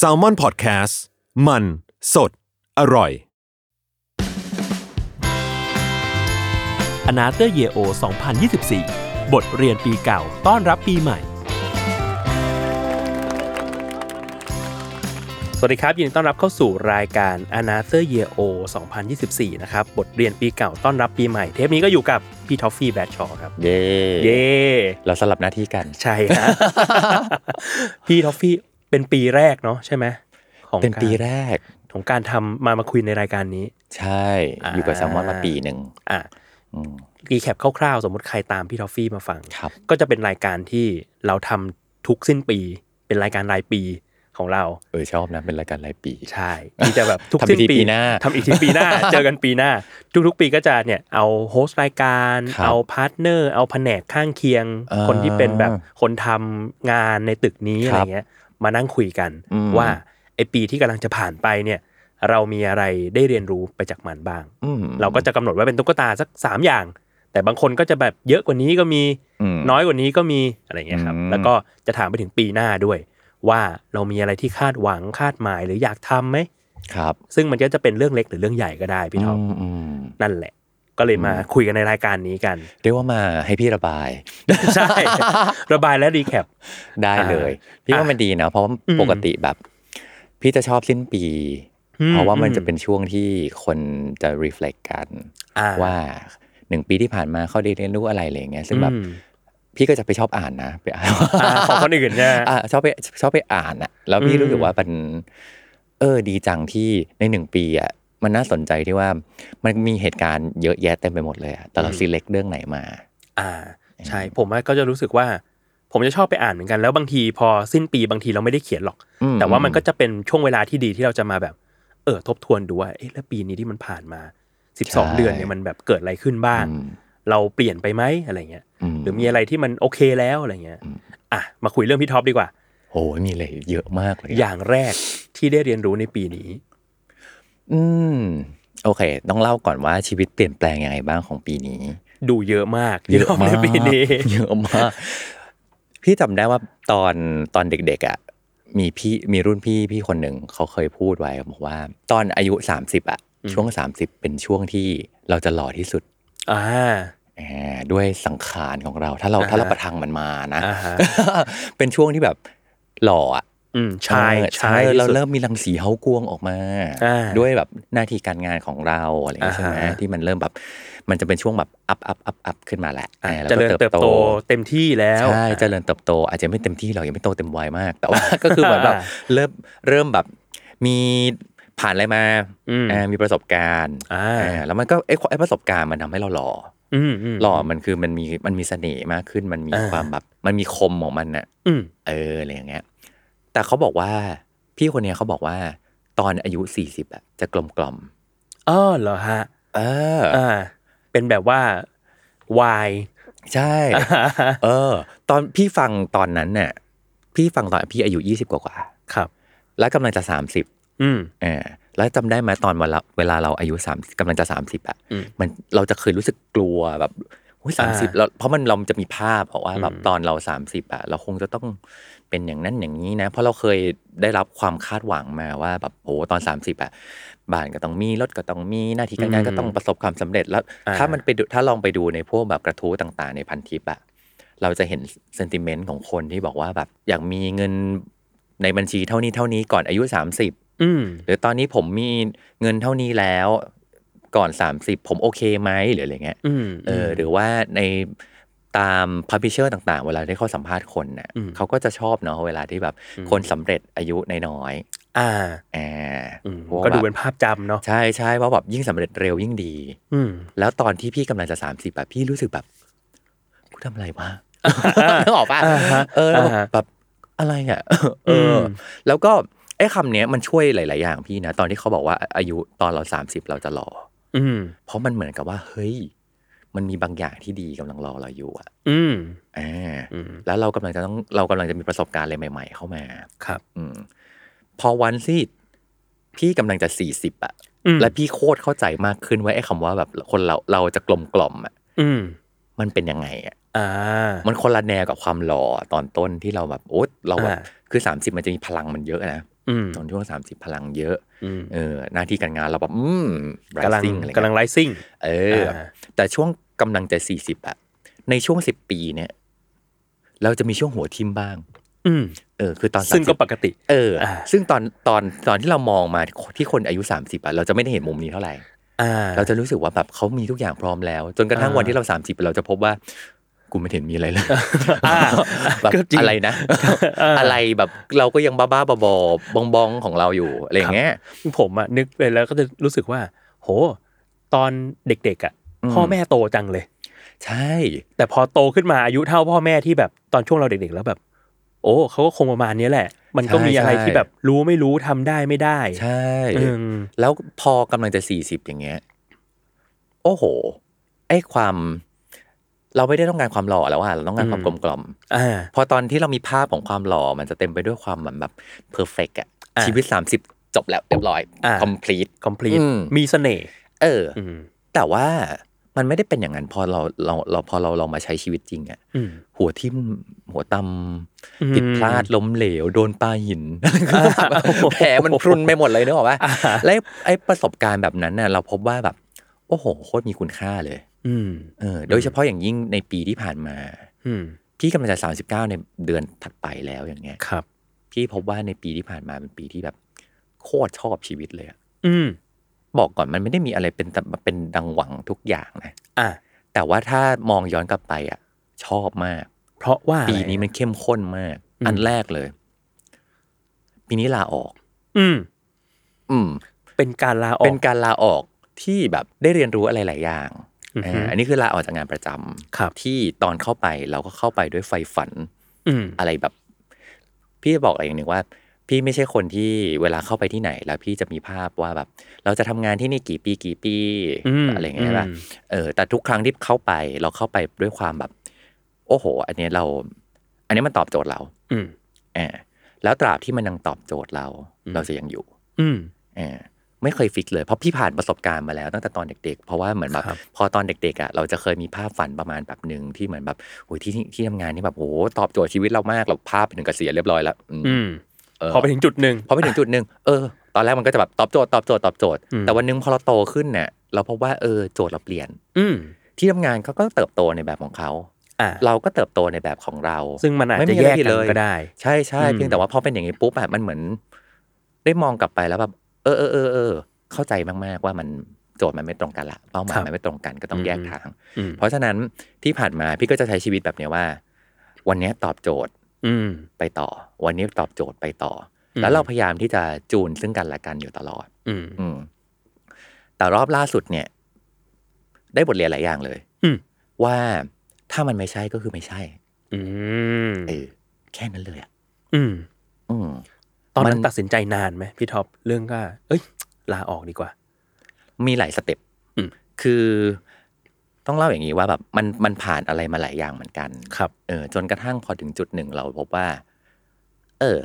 s a l m o n PODCAST มันสดอร่อย อนาเตอร์เยโอ2024 บทเรียนปีเก่าต้อนรับปีใหม่ สวัสดีครับ ยินดีต้อนรับเข้าสู่รายการ a n o t h e r Year O 2024 นะครับ บทเรียนปีเก่าต้อนรับปีใหม่ เทปนี้ก็อยู่กับพี่ท็อฟฟี่แบทชอครับ เย่ เย้ เราสลับหน้าที่กัน ใช่ฮะ พี่ท็อฟฟี่เป็นปีแรกเนาะใช่ไหมของ เป็นปีแรก ของการทำมามาคุยในรายการนี้ ใช่อยู่กับแซลมอนมาปีหนึ่ง อ่ะ อืม รีแคปคร่าวๆ สมมติใครตามพี่ทอฟฟี่มาฟัง ครับ ก็จะเป็นรายการที่เราทำทุกสิ้นปี เป็นรายการรายปีของเรา เออชอบนะ เป็นรายการรายปี ใช่ที่จะแบบทุก ทำอีก สิ้น ที ปี ปีหน้า ทำอีกทีปีหน้า เจอกันปีหน้า ทุกๆปีก็จะเนี่ยเอาโฮสต์รายการ ครับ เอาพาร์ทเนอร์ เอาแผนกข้างเคียง อ่า คนที่เป็นแบบคนทำงานในตึกนี้ ครับ อะไรเงี้ยมานั่งคุยกัน อืม ว่าไอปีที่กำลังจะผ่านไปเนี่ยเรามีอะไรได้เรียนรู้ไปจากมันบ้าง อืม เราก็จะกำหนดไว้เป็นตุ๊กตาสักสามอย่าง แต่บางคนก็จะแบบเยอะกว่านี้ก็มี อืม น้อยกว่านี้ก็มีอะไรอย่างเงี้ยครับ อืม แล้วก็จะถามไปถึงปีหน้าด้วย ว่าเรามีอะไรที่คาดหวังคาดหมายหรืออยากทำไหม ครับ ซึ่งมันก็จะเป็นเรื่องเล็กหรือเรื่องใหญ่ก็ได้พี่ท็อป อืมอืม นั่นแหละ ก็เลยมาคุยกันในรายการนี้กัน เรียกว่ามาให้พี่ระบาย ใช่ ระบายและรีแคป ได้เลย พี่ว่ามันดีนะ เพราะว่า อืม ปกติแบบ พี่จะชอบสิ้นปี อืม เพราะว่ามัน อืม จะเป็นช่วงที่คนจะ reflect กัน อ่า ว่าหนึ่งปีที่ผ่านมาเขาได้เรียนรู้อะไรอะไรอย่างเงี้ยซึ่งแบบ อืม พี่ก็จะไปชอบอ่านนะไปอ่าน อ่าของคนอื่นเนี่ย อ่ะชอบไปชอบไปอ่านอะแล้วพี่ อืม รู้สึกว่ามันเออดีจังที่ในหนึ่งปีอะมันน่าสนใจที่ว่ามันมีเหตุการณ์เยอะแยะเต็มไปหมดเลยอะแต่เรา อืม ซีเล็กเรื่องไหนมา อ่าใช่ผมว่าก็จะรู้สึกว่า ผมจะชอบไปอ่านเหมือนกันแล้วบางทีพอสิ้นปีบางทีเราไม่ได้เขียนหรอก อืม แต่ว่ามันก็จะเป็นช่วงเวลาที่ดีที่เราจะมาแบบ เออทบทวนดูว่าเอ๊ะแล้วปีนี้ที่มันผ่านมา 12 เดือนเนี่ยมันแบบเกิดอะไรขึ้นบ้าง อืม เราเปลี่ยนไปไหมอะไรเงี้ย ม หรือมีอะไรที่มันโอเคแล้วอะไรเงี้ย อืม อ่ะมาคุยเรื่องพี่ท็อปดีกว่า โอ้ยมีเลยเยอะมากเลย อย่างแรกที่ได้เรียนรู้ในปีนี้ อืมโอเค ต้องเล่าก่อนว่าชีวิตเปลี่ยนแปลงยังไงบ้างของปีนี้ ดูเยอะมาก เยอะ พี่ท็ป มา ใน ก ปีนี้ เยอะมาก พี่จำได้ว่าตอนตอนเด็กๆอ่ะมีพี่มีรุ่นพี่พี่คนหนึ่งเขาเคยพูดไว้บอกว่า ตอนอายุสามสิบอ่ะ อืม ช่วงสามสิบเป็นช่วงที่เราจะหล่อที่สุด อ่า อ่าด้วยสังขารของเรา ถ้าเรา อ่าฮะ ถ้าเราประทังมันมานะ อ่าฮะ เป็นช่วงที่แบบหล่ออ่ะ อืมชาย เออ ชายที่สุด เราเริ่มมีรังสีเฮากวงออกมา อ่า ด้วยแบบหน้าที่การงานของเราอะไรอย่างเงี้ยใช่ไหม อ่าฮะ ที่มันเริ่มแบบ มันจะเป็นช่วงแบบอัพอัพอัพอัพขึ้นมาแหละ อ่ะ อ่าแล้ว เจ ก็ ริญเติบโตเต็มที่แล้ว ใช่เจริญเติบโตอาจจะไม่เต็มที่หรอกยังไม่โตเต็มวัยมาก แต่ว่า ก็คือเหมือนแบบ อ่า เริ่มเริ่มแบบมีผ่านอะไรมา อืม อ่ามีประสบการณ์ อ่า อ่าแล้วมันก็ไอ้ไอ้ประสบการณ์มันทำให้เราหล่อ อืมอืม หล่อมันคือมันมีมันมีเสน่ห์มากขึ้น มันมี อ่า ความแบบมันมีคมของมันน่ะ อืม เอออะไรอย่างเงี้ย แต่เขาบอกว่าพี่คนเนี้ยเขาบอกว่า ตอนอายุสี่สิบอะจะกลมกล่อม อ๋อเหรอฮะ เออ อ่า เป็นแบบว่า วาย ใช่ เออ ตอนพี่ฟังตอนนั้นเนี่ยพี่ฟังตอนพี่อายุยี่สิบกว่าๆ ครับ แล้วกำลังจะสามสิบ อืม เออแล้วจำได้ไหมตอนเวลาเวลาเราอายุสามกำลังจะสามสิบอะ อืม มันเราจะเคยรู้สึกกลัวแบบสามสิบ อ่า เราเพราะมันเราจะมีภาพอะว่า อืม แบบตอนเราสามสิบอะเราคงจะต้องเป็นอย่างนั้นอย่างนี้นะ เพราะเราเคยได้รับความคาดหวังมาว่าแบบโอ้ตอนสามสิบอะบ้านก็ต้องมีรถก็ต้องมีหน้าที่การงานก็ต้องประสบความสำเร็จแล้ว ถ้ามันไปดูถ้าลองไปดูในพวกแบบกระทู้ต่างๆ ในพันทิปอะเราจะเห็นเซนติเมนต์ของคนที่บอกว่าแบบอยากมีเงินในบัญชีเท่านี้เท่านี้ก่อนอายุ 30 อืม หรือตอนนี้ผมมีเงินเท่านี้แล้วก่อน 30 ผมโอเคไหมหรืออะไรเงี้ย อืม เออหรือว่าในตามพับพิเชอร์ต่าง ๆ เวลาที่เขาสัมภาษณ์คนน่ะ อืม เขาก็จะชอบเนาะเวลาที่แบบ อืม คนสำเร็จอายุน้อย อ่า ๆอ่า อืม เพราะว่า ก็ดู แบ เป็น บ ภาพจำเนาะ ใช่ใช่เพราะแบบยิ่งสำเร็จเร็วยิ่งดี อืม แล้วตอนที่พี่กำลังจะสามสิบแบบพี่รู้สึกแบบกูทำอะไรวะ อ่า นึกออกปะ อ่าฮะ เออแล้ว อ่าฮะ แบบ อะไรอ่ะ เอออ ม แล้วก็ไอ้คำเนี้ยมันช่วยหลาย ๆ อย่างพี่นะ ตอนที่เขาบอกว่าอายุตอนเราสามสิบเราจะรอ อืม เพราะมันเหมือนกับว่า เฮ้ย มันมีบางอย่างที่ดีกำลังรอเราอยู่อ่ะ อืม อ่า อืม แล้วเรากำลังจะต้องเรากำลังจะมีประสบการณ์อะไรใหม่ ๆ เข้ามา ครับ อืม พอวันที่พี่กำลังจะสี่สิบอ่ะ อืม และพี่โคตรเข้าใจมากขึ้นว่าไอ้คำว่าแบบคนเราเราจะกลมกล่อมอ่ะ อืม มันเป็นยังไงอ่ะ อ่า มันคนละแนวกับความหล่อตอนต้นที่เราแบบโอ๊ยเราแบบ อ่า คือ 30 มันจะมีพลังมันเยอะนะ อืม ตอนช่วง 30 พลังเยอะ อืม เออ หน้าที่การงานเราแบบอืม กำลัง rising อะไร กำลัง เงี้ย ไลซิ่ง เอออา แต่ช่วงกำลังจะ40อะในช่วง 10 ปีเนี่ย เราจะมีช่วงหัวทิมบ้าง อืม เออ คือตอน ซึ่งก็ 30 ปกติ เอออา ซึ่งตอนตอนตอนที่เรามองมาที่คนอายุ 30อะเราจะไม่ได้เห็นมุมนี้เท่าไหร่ อ่า เราจะรู้สึกว่าแบบเขามีทุกอย่างพร้อมแล้ว จนกระทั่ง อ่า วันที่เรา 30 เราจะพบว่า กูไม่เห็นมีอะไรเลย อ่า แบบ ก็จริง อะไรนะ อ่า อะไรแบบเราก็ยังบ้าๆบอบองบองๆของเราอยู่อะไรอย่างเงี้ย ผมอะนึกไปแล้วก็จะรู้สึกว่า โห ตอนเด็กๆอะ อืม พ่อแม่โตจังเลย ใช่ แต่พอโตขึ้นมาอายุเท่าพ่อแม่ที่แบบตอนช่วงเราเด็กๆ แล้วแบบ โอ้เขาก็คงประมาณนี้แหละ มันก็มีอะไรที่แบบรู้ไม่รู้ทำได้ไม่ได้ ใช่ อืม แล้วพอกำลังจะ 40 อย่างเงี้ย โอ้โหไอ้ความ เราไม่ได้ต้องการความหล่อแล้วอะเราต้องการความกลมกล่อม อ่า พอตอนที่เรามีภาพของความหล่อ มันจะเต็มไปด้วยความเหมือนแบบเพอร์เฟกอะ อ่า ชีวิต 30 จบแล้วเรียบร้อย อ่า complete complete อืม มีเสน่ห์ เอออ อืม แต่ว่ามันไม่ได้เป็นอย่างนั้นพอเราเราเราพอเราลองมาใช้ชีวิตจริงอะ อืม หัวทิ่มหัวต อืม ำผิดพลาดล้มเหลว โดนปลาหิ นแผลมันพรุนไปหมดเลยนึกออกปะ อ่า และไอ้ไอ้ประสบการณ์แบบนั้นน่ะเราพบว่าแบบ โอ้โหโคตรมีคุณค่าเลย อืม เออโดยเฉพาะอย่างยิ่งในปีที่ผ่านมา อืม พี่กำลังจะ 39 ในเดือนถัดไปแล้วอย่างเงี้ย ครับ พี่พบว่าในปีที่ผ่านมาเป็นปีที่แบบ โคตรชอบชีวิตเลยอะ อืม บอกก่อนมันไม่ได้มีอะไรเป็นแต่เป็นดังหวังทุกอย่างนะ อ่ะ แต่ว่าถ้ามองย้อนกลับไปอ่ะ ชอบมาก เพราะว่า ปีนี้ อะไร มันเข้มข้นมาก อืม อันแรกเลย ปีนี้ลาออก อืม อืม เป็นการลาออ เป็ ก นการลาออกที่แบบได้เรียนรู้อะไรหลายอย่าง อือฮึ เอออันนี้คือลาออกจากงานประจำ ครับ ที่ตอนเข้าไปเราก็เข้าไปด้วยไฟฝัน อืม อะไรแบบ พี่บอกอะไรอย่างหนึ่งว่า พี่ไม่ใช่คนที่เวลาเข้าไปที่ไหน แล้วพี่จะมีภาพว่าแบบ เราจะทำงานที่นี่กี่ปีกี่ปี ม อะไรอย่างเงี้ยป่ะ อืม เออแต่ทุกครั้งที่เข้าไปเราเข้าไปด้วยความแบบ โอ้โห อันเนี้ยเรา อันเนี้ยมันตอบโจทย์เรา อืม เออแล้วตราบที่มันยังตอบโจทย์เรา อืม เราจะยังอยู่ อืม เออไม่เคยฟิกเลย เพราะพี่ผ่านประสบการณ์มาแล้วตั้งแต่ตอนเด็กๆ เพราะว่าเหมือนแบบ ครับ พอตอนเด็กๆอ่ะเราจะเคยมีภาพฝันประมาณแบบหนึ่งที่เหมือนแบบโอ้ยที่ที่ที่ทำงานนี่แบบโอ้โหตอบโจทย์ชีวิตเรามากเราภาพไปถึงเกษียณเรียบร้อยแล้วอืม อืม เออ พอไปถึงจุดหนึ่ง พอไปถึงจุดหนึ่งเออ ตอนแรกมันก็จะแบบตอบโจทย์ตอบโจทย์ตอบโจทย์ อืม แต่วันหนึงพอเราโตขึ้นเนี่ยเราพบว่าเออโจทย์เราเปลี่ยน อืม ที่ทำงานเขาก็เติบโตในแบบของเขา อ่ะ เราก็เติบโตในแบบของเรา ซึ่งมันอาจ ไ จะแยกกันก็ได้ ใช่ใช่ อืม เพียงแต่ว่าพอเป็นอย่างนี้ปุ๊บอะมันเหมือน ได้มองกลับไปแล้วแบบเออเออเออเออเข้าใจมากๆว่ามันโจทย์มันไม่ตรงกันละเป้าหมายมันไม่ตรงกันก็ต้องแยกทาง อืม เพราะฉะนั้นที่ผ่านมาพี่ก็จะใช้ชีวิตแบบเนี้ยว่า วันเนี้ยตอบโจทย์ อืม ไปต่อ วันนี้ตอบโจทย์ไปต่ออ ม แล้วเราพยายามที่จะจูนซึ่งกันและกันอยู่ตลอด อืม อืมแต่รอบล่าสุดเนี่ย ได้บทเรียนหลายอย่างเลย อืม ว่าถ้ามันไม่ใช่ก็คือไม่ใช่ อืม เออแค่นั้นเลยอ่ะ อืม อืม ตอนนั้น มัน ตัดสินใจนานไหมพี่ท็อปเรื่องก็ เอ้ย ลาออกดีกว่า มีหลายสเต็ป อืม คือต้องเล่าอย่างนี้ว่าแบบมันมันผ่านอะไรมาหลายอย่างเหมือนกัน ครับ เออ จนกระทั่งพอถึงจุดหนึ่งเราพบว่า เออ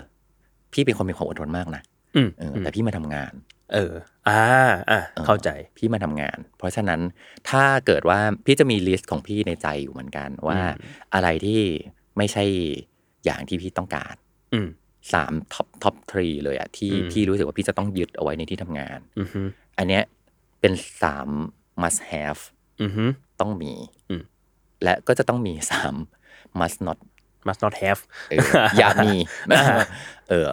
พี่เป็นคนมีความอดทนมากนะ อืม เอออ ม แต่พี่มาทำงาน เออ อ่า อ่ะ ออ เข้าใจ พี่มาทำงาน เพราะฉะนั้นถ้าเกิดว่าพี่จะมีลิสต์ของพี่ในใจอยู่เหมือนกัน ว่า อืม อะไรที่ไม่ใช่อย่างที่พี่ต้องการ อืม สามท็อปท็อปทรีเลยอะที่ อืม พี่รู้สึกว่าพี่จะต้องยึดเอาไว้ในที่ทำงาน อือฮึ อันเนี้ยเป็นสาม must have อือฮึ ต้องมี อืม และก็จะต้องมี สาม must not must not have เออ อย่ามี อ่า เออ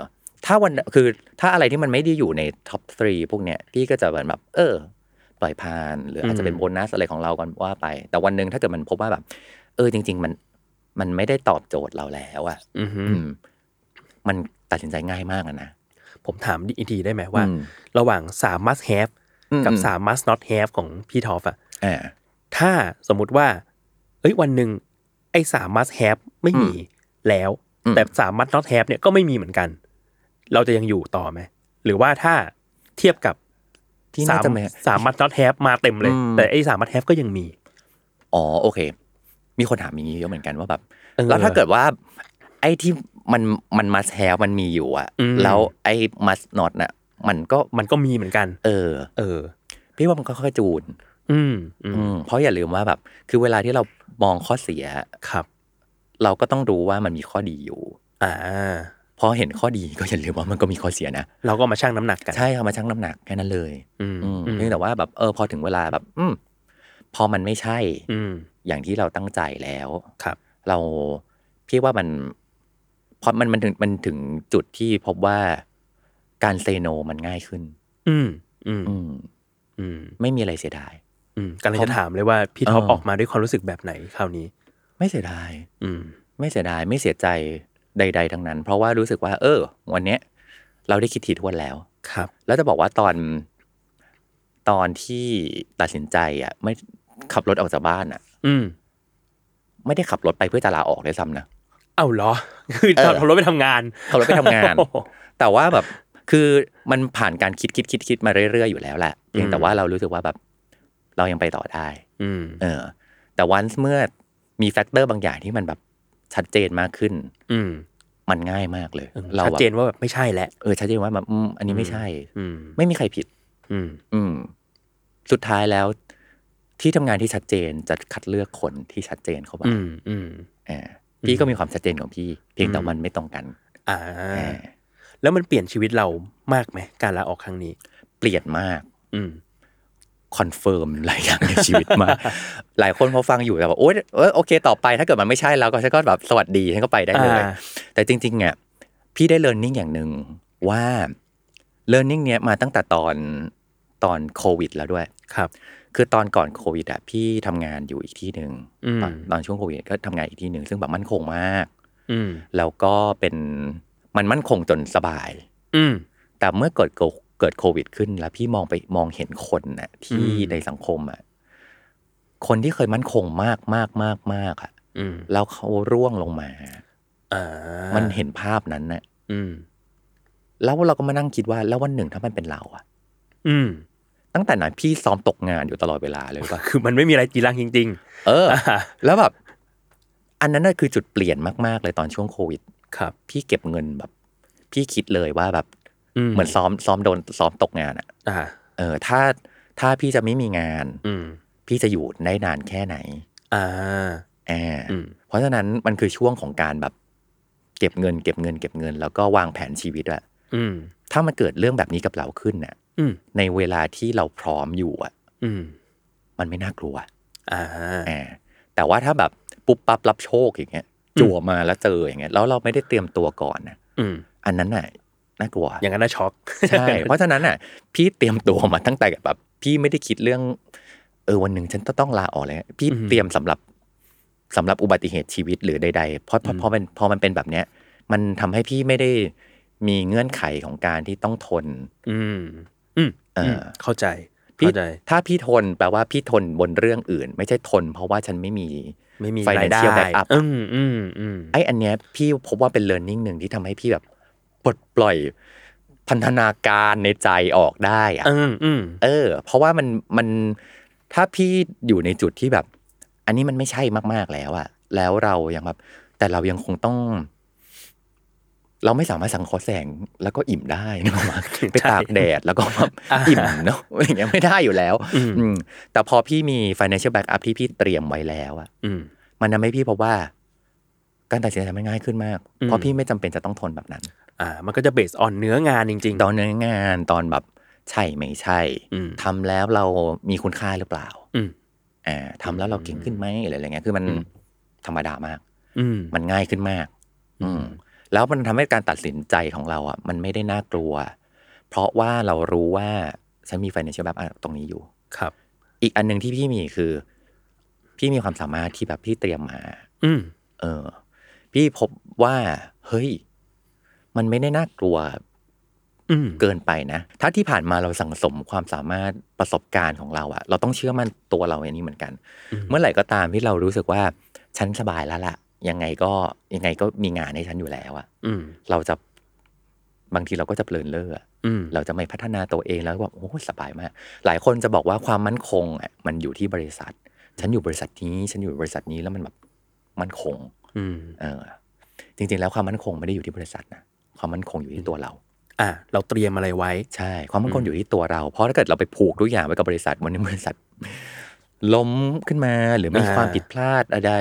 ถ้าวันคือถ้าอะไรที่มันไม่ได้อยู่ในท็อปทรีพวกเนี้ยพี่ก็จะเหมือนแบบ เออ ปล่อยผ่าน หรืออาจจะเป็นโบนัสอะไรของเรากันว่าไป แต่วันหนึ่งถ้าเกิดมันพบว่าแบบ เออจริง ๆ มันมันไม่ได้ตอบโจทย์เราแล้วอะ อือฮึ อืม มันตัดสินใจง่ายมากอะนะ ผมถามอีกทีได้ไหมว่า อืม ระหว่างสาม must have กับ อื สาม must not have ของพี่ท็อปอะ อ่า ถ้าสมมุติว่า เอ้ยวันหนึ่งไอ้สาม must have ไม่มีแล้ว อืม แต่สามมัดน็อตแทบเนี่ยก็ไม่มีเหมือนกัน เราจะยังอยู่ต่อไหมหรือว่าถ้าเทียบกับ ที่ สา น่าม จะแม สามมัดน็อตแทบมาเต็มเลย อืม แต่ไอ้สามมัดแทบก็ยังมี อ๋อโอเค มีคนถามอย่างนี้เยอะเหมือนกันว่าแบบ เออ แล้วถ้าเกิดว่า ไอ้ที่มันมันมาแ v e มันมีอยู่อะ อืม แล้วไอ้มัสนอตน่ะ มันก็ มันก็มีเหมือนกัน เออ เออ พี่ว่ามันก็ค่อยๆจูน อืมอืม อืมเพราะอย่าลืมว่าแบบ คือเวลาที่เรามองข้อเสีย ครับ เราก็ต้องรู้ว่ามันมีข้อดีอยู่ อ่า พอเห็นข้อดีก็อย่าลืมว่ามันก็มีข้อเสียนะ เราก็มาชั่งน้ำหนักกัน ใช่เอามาชั่งน้ำหนักแค่นั้นเลย อืม อืม อืม เพียงแต่ว่าแบบเออพอถึงเวลาแบบ อืมพอมันไม่ใช่ อืม อย่างที่เราตั้งใจแล้ว ครับ เราพี่ว่ามันพอมันมันถึงมันถึงจุดที่พบว่าการเซโนมันง่ายขึ้น อืมอืม อืม อืม ไม่มีอะไรเสียดาย อืมกำลังจะถามเลยว่าพี่ท็อป เออ ออกมาด้วยความรู้สึกแบบไหนคราวนี้ ไม่เสียดาย อืม ไม่เสียดายไม่เสียใจใด ๆ ทั้งนั้น เพราะว่ารู้สึกว่า เออ วันเนี้ย เราได้คิดถี่ถ้วนแล้ว ครับ แล้วจะบอกว่าตอนตอนที่ตัดสินใจอ่ะ ไม่ขับรถออกจากบ้านอ่ะ อืม ไม่ได้ขับรถไปเพื่อจะลาออกเลยซ้ำนะ เอ้าเหรอ คือ เออ ขับรถไปทำงาน ขับรถไปทำงาน แต่ว่าแบบคือมันผ่านการคิดคิดคิดคิดมาเรื่อยๆอยู่แล้วแหละเพียงแต่ว่าเรารู้สึกว่าแบบ เรายังไปต่อได้ อืม เออ แต่วันเมื่อมีแฟกเตอร์บางอย่างที่มันแบบชัดเจนมากขึ้น อืม มันง่ายมากเลย เออ เรา ชัด แบบ เจนว่าแบบไม่ใช่แหละ เออชัดเจนว่าแบบอืมอันนี้ไม่ใช่ อืม ไม่มีใครผิด อืม อืม สุดท้ายแล้วที่ทำงานที่ชัดเจนจะคัดเลือกคนที่ชัดเจนเข้ามา อืม อืม อ่าพี่ก็มีความชัดเจนของพี่ เพียงแต่มันไม่ตรงกัน อ่า อ่า แล้วมันเปลี่ยนชีวิตเรามากไหมการลาออกครั้งนี้ เปลี่ยนมาก อืม คอนเฟิร์มหลายอย่างในชีวิตมาก หลายคนพอฟังอยู่แต่ว่าโอ๊ยเออโอเค ต่อไปถ้าเกิดมันไม่ใช่แล้วก็ฉันก็แบบสวัสดีฉันก็ไปได้เลย อ่า แต่จริงๆอ่ะพี่ได้เลิร์นนิ่งอย่างหนึ่งว่าเลิร์นนิ่งเนี้ยมาตั้งแต่ตอนตอนโควิดแล้วด้วย ครับ คือตอนก่อนโควิดอ่ะพี่ทำงานอยู่อีกที่หนึ่ง อืม ตอนตอนช่วงโควิดก็ทำงานอีกที่หนึ่งซึ่งแบบมั่นคงมาก อืม แล้วก็เป็นมันมั่นคงจนสบาย อืม แต่เมื่อเกิดโคเกิดโควิดขึ้น แล้วพี่มองไปมองเห็นคนน่ะ ที่ อืม ในสังคมอ่ะคนที่เคยมั่นคงมากมากมากมากอ่ะ อืม แล้วเขาร่วงลงมา อ่า มั มันเห็นภาพนั้นน่ะ อืม แล้วเราก็มานั่งคิดว่าแล้ววันหนึ่งถ้ามันเป็นเราอ่ะ อืม ตั้งแต่นั้นพี่ซ้อมตกงานอยู่ตลอดเวลาเลยว่า คือมันไม่มีอะไรจีรังจริง เออ ๆอ่า แล้วแบบ อันนั้นน่ะคือจุดเปลี่ยนมาก ๆ เลยตอนช่วงโควิด ครับ พี่เก็บเงินแบบ พี่คิดเลยว่าแบบ เหมือน อม ซ้อมซ้อมโดนซ้อมตกงานอ่ะ อ่า เออ ถ้าถ้าพี่จะไม่มีงาน อืม พี่จะอยู่ได้นานแค่ไหน อ่า อ่า อืม เพราะฉะนั้นมันคือช่วงของการแบบ เก็บเงิน เก็บเงิน เก็บเงิน แล้วก็วางแผนชีวิตอะ อืม ถ้ามันเกิดเรื่องแบบนี้กับเราขึ้นน่ะ อืม ในเวลาที่เราพร้อมอยู่อะ อืม มันไม่น่ากลัว อ่า อ่าแต่ว่าถ้าแบบปุ๊บปั๊บรับโชคอย่างเงี้ย จั่วมาแล้วเจออย่างเงี้ยแล้วเราไม่ได้เตรียมตัวก่อนนะ อืม อันนั้นน่ะน่ากลัว อย่างนั้นน่ะช็อก ใช่ เพราะฉะนั้นน่ะ พี่เตรียมตัวมาตั้งแต่แบบ พี่ไม่ได้คิดเรื่อง เออวันหนึ่งฉันต้องลาออกเลยพี่ อืม เตรียมสำหรับสำหรับอุบัติเหตุชีวิตหรือใดๆเพราะเพราะพอมันพอมันเป็นแบบเนี้ย มันทำให้พี่ไม่ได้มีเงื่อนไขของการที่ต้องทน อืม อืม เอ่อ เข้าใจ พี่ เข้าใจ ถ้าพี่ทนแปลว่าพี่ทนบนเรื่องอื่น ไม่ใช่ทน เพราะว่าฉันไม่มี ไม่มี Financial รายได้ backup อืมอืมอืม ไอ้อันเนี้ยพี่พบว่าเป็น learning หนึ่งที่ทำให้พี่แบบปลดปล่อยพันธนาการในใจออกได้อะ อืมอืม เออ เพราะว่ามันมันถ้าพี่อยู่ในจุดที่แบบ อันนี้มันไม่ใช่มากๆแล้วอะแล้วเรายังแบบ แต่เรายังคงต้อง เราไม่สามารถสังเคราะห์แสงแล้วก็อิ่มได้นะ ไปตากแดดแล้วก็แบบอิ่มเนาะอะไรอย่างเงี้ยไม่ได้อยู่แล้ว อืม อืมแต่พอพี่มี financial backup ที่พี่เตรียมไว้แล้วอะ อืม มันทำให้พี่พบว่า การตัดสินใจมันง่ายขึ้นมาก อืม เพราะพี่ไม่จำเป็นจะต้องทนแบบนั้น อ่า มันก็จะเบสออนเนื้องานจริง ตอนเนื้องานตอนแบบใช่ไม่ใช่ อืม ทำแล้วเรามีคุณค่าหรือเปล่า อืม อ่าทำแล้วเราเก่งขึ้นไหมหรืออะไรเงี้ยคือมัน อืม ธรรมดามาก ๆ อืม มันง่ายขึ้นมาก อื อื ม ม แล้วมันทำให้การตัดสินใจของเราอ่ะ มันไม่ได้น่ากลัว เพราะว่าเรารู้ว่าฉันมี financial backup ตรงนี้อยู่ ครับ อีกอันหนึ่งที่พี่มีคือ พี่มีความสามารถที่แบบพี่เตรียมมา อืม เออ พี่พบว่าเฮ้ย มันไม่ได้น่ากลัว อืม เกินไปนะ ถ้าที่ผ่านมาเราสั่งสมความสามารถประสบการณ์ของเราอะเราต้องเชื่อมั่นตัวเราอย่างนี้เหมือนกัน อืม เมื่อไหร่ก็ตามที่เรารู้สึกว่า ฉันสบายแล้วล่ะ ยังไงก็ยังไงก็มีงานให้ฉันอยู่แล้วอะ อืม เราจะบางทีเราก็จะเพลินเล่ออะ อืม เราจะไม่พัฒนาตัวเองแล้วแบบโอ้โหสบายมาก หลายคนจะบอกว่าความมั่นคงอะมันอยู่ที่บริษัท ฉันอยู่บริษัทนี้ฉันอยู่บริษัทนี้แล้วมันแบบมั่นคง อืม เออ จริง ๆ แล้วความมั่นคงไม่ได้อยู่ที่บริษัทนะความมั่นคงอยู่ที่ตัวเรา อ่ะเราเตรียมอะไรไว้ ใช่ ความมั่นคง อืม อยู่ที่ตัวเรา เพราะถ้าเกิดเราไปผูกทุกอย่างไว้กับบริษัทวันนี้บริษัท ล้มขึ้นมาหรือมีความผิดพลาดอะไร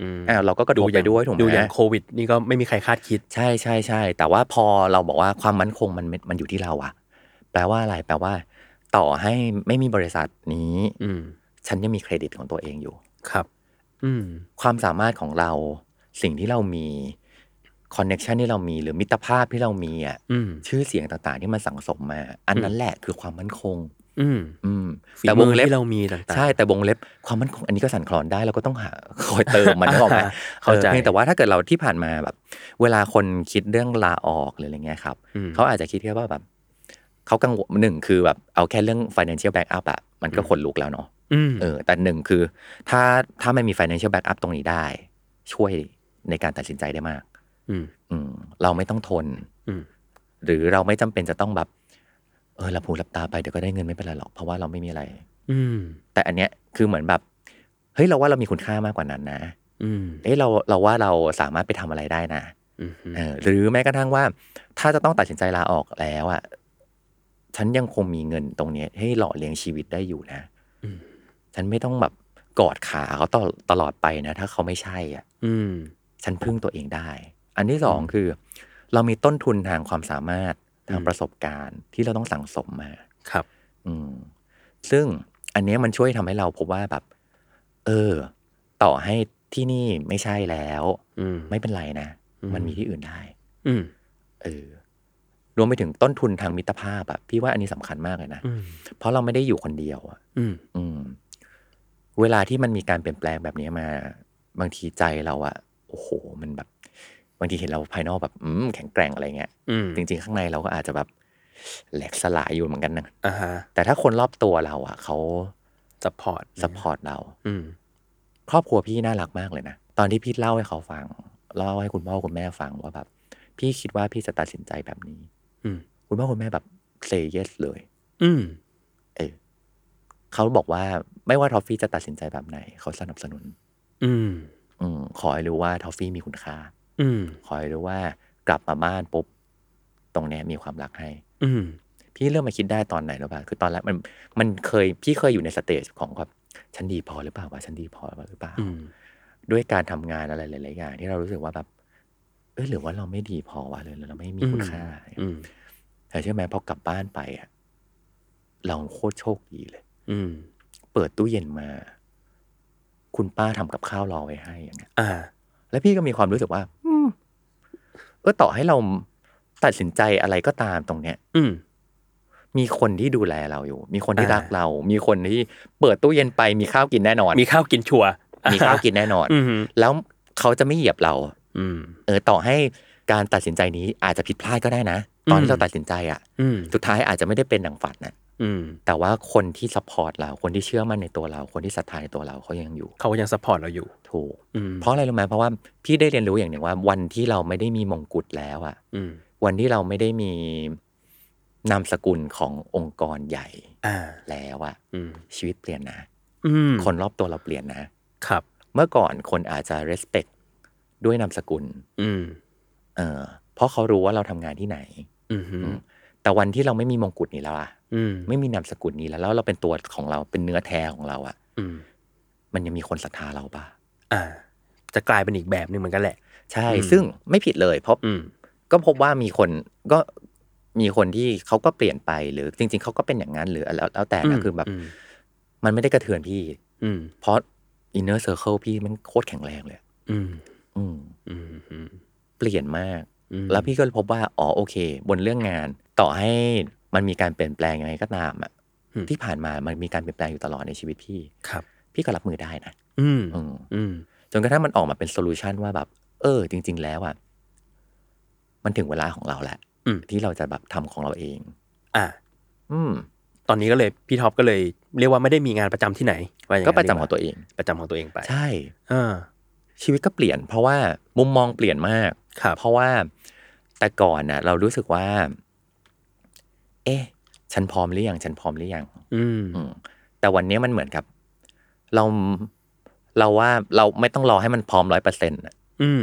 อืม อ้าวเราก็กระทบไปด้วยถูกไหม ดูอย่างโควิด นี่ก็ไม่มีใครคาดคิด ใช่ใช่ใช่แต่ว่าพอเราบอกว่าความมั่นคงมันมันอยู่ที่เราอะแปลว่าอะไรแปลว่า ต่อให้ไม่มีบริษัทนี้ อืม ฉันยังมีเครดิตของตัวเองอยู่ ครับ อืม ความสามารถของเรา สิ่งที่เรามีคอนเน็ชันที่เรามีหรือมิตรภาพที่เรามีอะ อืม ชื่อเสียงต่างๆ ที่มันสั่งสมมา อันนั้นแหละคือความมั่นคง อืม อืม ฝี แต่ว มื ง อ เล็บ ที่เรามีต่างๆ ใช่แต่วงเล็บความมั่นคงอันนี้ก็สั่นคลอนได้เราก็ต้องหา คอยเติม มัน นึกออกไหม อ่า เข้าใจ เข้าใจ เพียงแต่ว่าถ้าเกิดเราที่ผ่านมาแบบ เวลาคนคิดเรื่องลาออกหรืออะไรเงี้ยครับ อืม เขาอาจจะคิดแค่ว่าแบบเขากังวลหนึ่งคือแบบเอาแค่เรื่อง financial backup อะมันก็ อืม ขนลุกแล้วเนาะ อืม เออแต่หนึ่งคือ ถ้าถ้ามันมี financial backup ตรงนี้ได้ ช่วยในการตัดสินใจได้มาก อืม อืม เราไม่ต้องทน อืม หรือเราไม่จำเป็นจะต้องแบบ เออหลับหูหลับตาไปเดี๋ยวก็ได้เงินไม่เป็นไรหรอกเพราะว่าเราไม่มีอะไร อืม แต่อันเนี้ยคือเหมือนแบบเฮ้ยเราว่าเรามีคุณค่ามากกว่านั้นนะ อืม เอ้ยเราเราว่าเราสามารถไปทำอะไรได้นะ อืม เออหรือแม้กระทั่งว่า ถ้าจะต้องตัดสินใจลาออกแล้วอ่ะฉันยังคงมีเงินตรงเนี้ยให้หล่อเลี้ยงชีวิตได้อยู่นะฉันไม่ต้องแบบกอดขาเขาตลอดตลอดไปนะ ถ้าเขาไม่ใช่อ่ะ อืม ฉันพึ่งตัวเองได้ อันที่สอง อืม คือ เรามีต้นทุนทางความสามารถทาง อืม ประสบการณ์ที่เราต้องสั่งสมมา ครับ อืมซึ่งอันเนี้ยมันช่วยทำให้เราพบว่าแบบ เออ ต่อให้ที่นี่ไม่ใช่แล้ว อืม ไม่เป็นไรนะ อืม มันมีที่อื่นได้ อืม เออ รวมไปถึงต้นทุนทางมิตรภาพอะพี่ว่าอันนี้สำคัญมากเลยนะ อืม เพราะเราไม่ได้อยู่คนเดียวอะ อืม อืม เวลาที่มันมีการเปลี่ยนแปลงแบบนี้มา บางทีใจเราอะโอ้โห มันแบบ บางทีเห็นเราภายนอกแบบ อืมแข็งแกร่งอะไรเงี้ย อืม จริง ๆ ข้างในเราก็อาจจะแบบแหลกสลายอยู่เหมือนกันนะ อ่าฮะ แต่ถ้าคนรอบตัวเราอะเขา ซัพพอร์ต ซัพพอร์ตเรา อืม ครอบครัวพี่น่ารักมากเลยนะ ตอนที่พี่เล่าให้เขาฟัง เล่าให้คุณพ่อคุณแม่ฟังว่าแบบ พี่คิดว่าพี่จะตัดสินใจแบบนี้ อืม คุณพ่อคุณแม่แบบเซย์เยสเลย อืม เออเขาบอกว่าไม่ว่าทอฟฟี่จะตัดสินใจแบบไหน เขาสนับสนุน อืม อืมขอให้รู้ว่าทอฟฟี่มีคุณค่า อืม ขอให้รู้ว่ากลับมาบ้านปุ๊บตรงเนี้ยมีความรักให้ อืม พี่เริ่มมาคิดได้ตอนไหนหรือเปล่า คือตอนแรกมันมันเคยพี่เคยอยู่ในสเตจของแบบฉันดีพอหรือเปล่าวะฉันดีพอหรือเปล่า อืม ด้วยการทำงานอะไรหลาย ๆ อย่างที่เรารู้สึกว่าแบบ เออหรือว่าเราไม่ดีพอวะหรือเราไม่มีคุณค่า อืม แต่เชื่อไหมพอกลับบ้านไปอะเราโคตรโชคดีเลย อืม เปิดตู้เย็นมา คุณป้าทำกับข้าวรอไว้ให้อย่างเงี้ย อ่า แล้วพี่ก็มีความรู้สึกว่า อืมเออต่อให้เราตัดสินใจอะไรก็ตามตรงเนี้ย อืม มีคนที่ดูแลเราอยู่ มีคนที่ อ่ารั รักเรา มีคนที่เปิดตู้เย็นไปมีข้าวกินแน่นอน มีข้าวกินชัวร์ มีข้าวกินแน่นอน อืม แล้วเขาจะไม่เหยียบเรา อืม เออต่อให้การตัดสินใจนี้อาจจะผิดพลาดก็ได้นะ ตอน อื ที่ ม เราตัดสินใจอะ่ะ อืม สุดท้ายอาจจะไม่ได้เป็นดังฝันนะ อืม แต่ว่าคนที่ซัพพอร์ตเราคนที่เชื่อมั่นในตัวเรา คนที่ศรัทธาในตัวเราเขายังอยู่ เขาก็ยังซัพพอร์ตเราอยู่ ถูก อืม เพราะอะไรรู้ไหมเพราะว่าพี่ได้เรียนรู้อย่างหนึ่งว่า วันที่เราไม่ได้มีมงกุฎแล้วอะ่ะ อืม วันที่เราไม่ได้มีนามสกุลขององค์กรใหญ่ อ่า แล้วอะ่ะ อืม ชีวิตเปลี่ยนนะ อืม คนรอบตัวเราเปลี่ยนนะ ครับ เมื่อก่อนคนอาจจะ respect ด้วยนามสกุล อืม เออเพราะเขารู้ว่าเราทำงานที่ไหน อืม อืม แต่วันที่เราไม่มีมงกุฎนี้แล้วอะ อืม ไม่มีนามสกุลนี้แล้วแล้วเราเป็นตัวของเราเป็นเนื้อแท้ของเราอะ อืม มันยังมีคนศรัทธาเราปะ อ่า จะกลายเป็นอีกแบบหนึ่งเหมือนกันแหละ ใช่ อืม ซึ่งไม่ผิดเลย เพราะ อืม ก็พบว่ามีคนก็มีคนที่เขาก็เปลี่ยนไปหรือจริง ๆเขาก็เป็นอย่างนั้นหรือแล้วแล้วแต่นะ ม คือแบบ ม มันไม่ได้กระเทือนพี่ อืม เพราะอินเนอร์เซอร์เคิลพี่มันโคตรแข็งแรงเลย อืม อืม อืม อืม เปลี่ยนมาก อืม แล้วพี่ก็พบว่า อ๋อโอเค บนเรื่องงาน ต่อให้มันมีการเปลี่ยนแปลงยังไงก็ตามอะ อืม ที่ผ่านมามันมีการเปลี่ยนแปลงอยู่ตลอดในชีวิตพี่ ครับ พี่ก็รับมือได้นะ อืม อืม อืม จนกระทั่งมันออกมาเป็นโซลูชันว่าแบบ เออ จริง ๆ แล้วอ่ะมันถึงเวลาของเราแหละ อืม ที่เราจะแบบทำของเราเอง อ่า อืม ตอนนี้ก็เลยพี่ท็อปก็เลยเรียกว่าไม่ได้มีงานประจำที่ไหนว่าย่า ก็ประจำ ดี ของตัวเอง ประจำของตัวเองไป ใช่ เออ ชีวิตก็เปลี่ยน เพราะว่ามุมมองเปลี่ยนมาก ครับ เพราะว่าแต่ก่อนน่ะ เรารู้สึกว่า เอ๊ะ ฉันพร้อมหรือยังฉันพร้อมหรือยัง อืม อืมแต่วันนี้มันเหมือนกับ เราเราว่าเราไม่ต้องรอให้มันพร้อมร้อยเปอร์เซ็นต์ อืม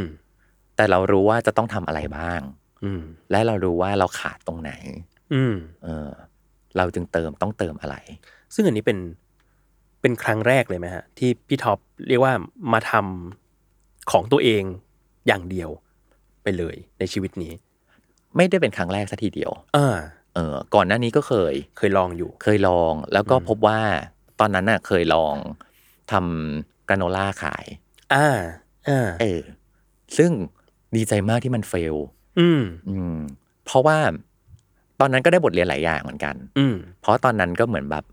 แต่เรารู้ว่าจะต้องทำอะไรบ้าง อืม และเรารู้ว่าเราขาดตรงไหน อืม เออ เราจึงเติมต้องเติมอะไร ซึ่งอันนี้เป็นเป็นครั้งแรกเลยไหมฮะ ที่พี่ท็อปเรียกว่ามาทำของตัวเองอย่างเดียวไปเลยในชีวิตนี้ ไม่ได้เป็นครั้งแรกสัทีเดียว อ่า เออ ก่อนหน้านี้ก็เคย เคยลองอยู่ เคยลอง แล้วก็ อืม พบว่า ตอนนั้นน่ะ เคยลองทำกราโนล่าขาย อ่าอ่า เออ ซึ่งดีใจมากที่มันเฟล อืม อืม เพราะว่าตอนนั้นก็ได้บทเรียนหลายอย่างเหมือนกัน อืม เพราะตอนนั้นก็เหมือนแบบ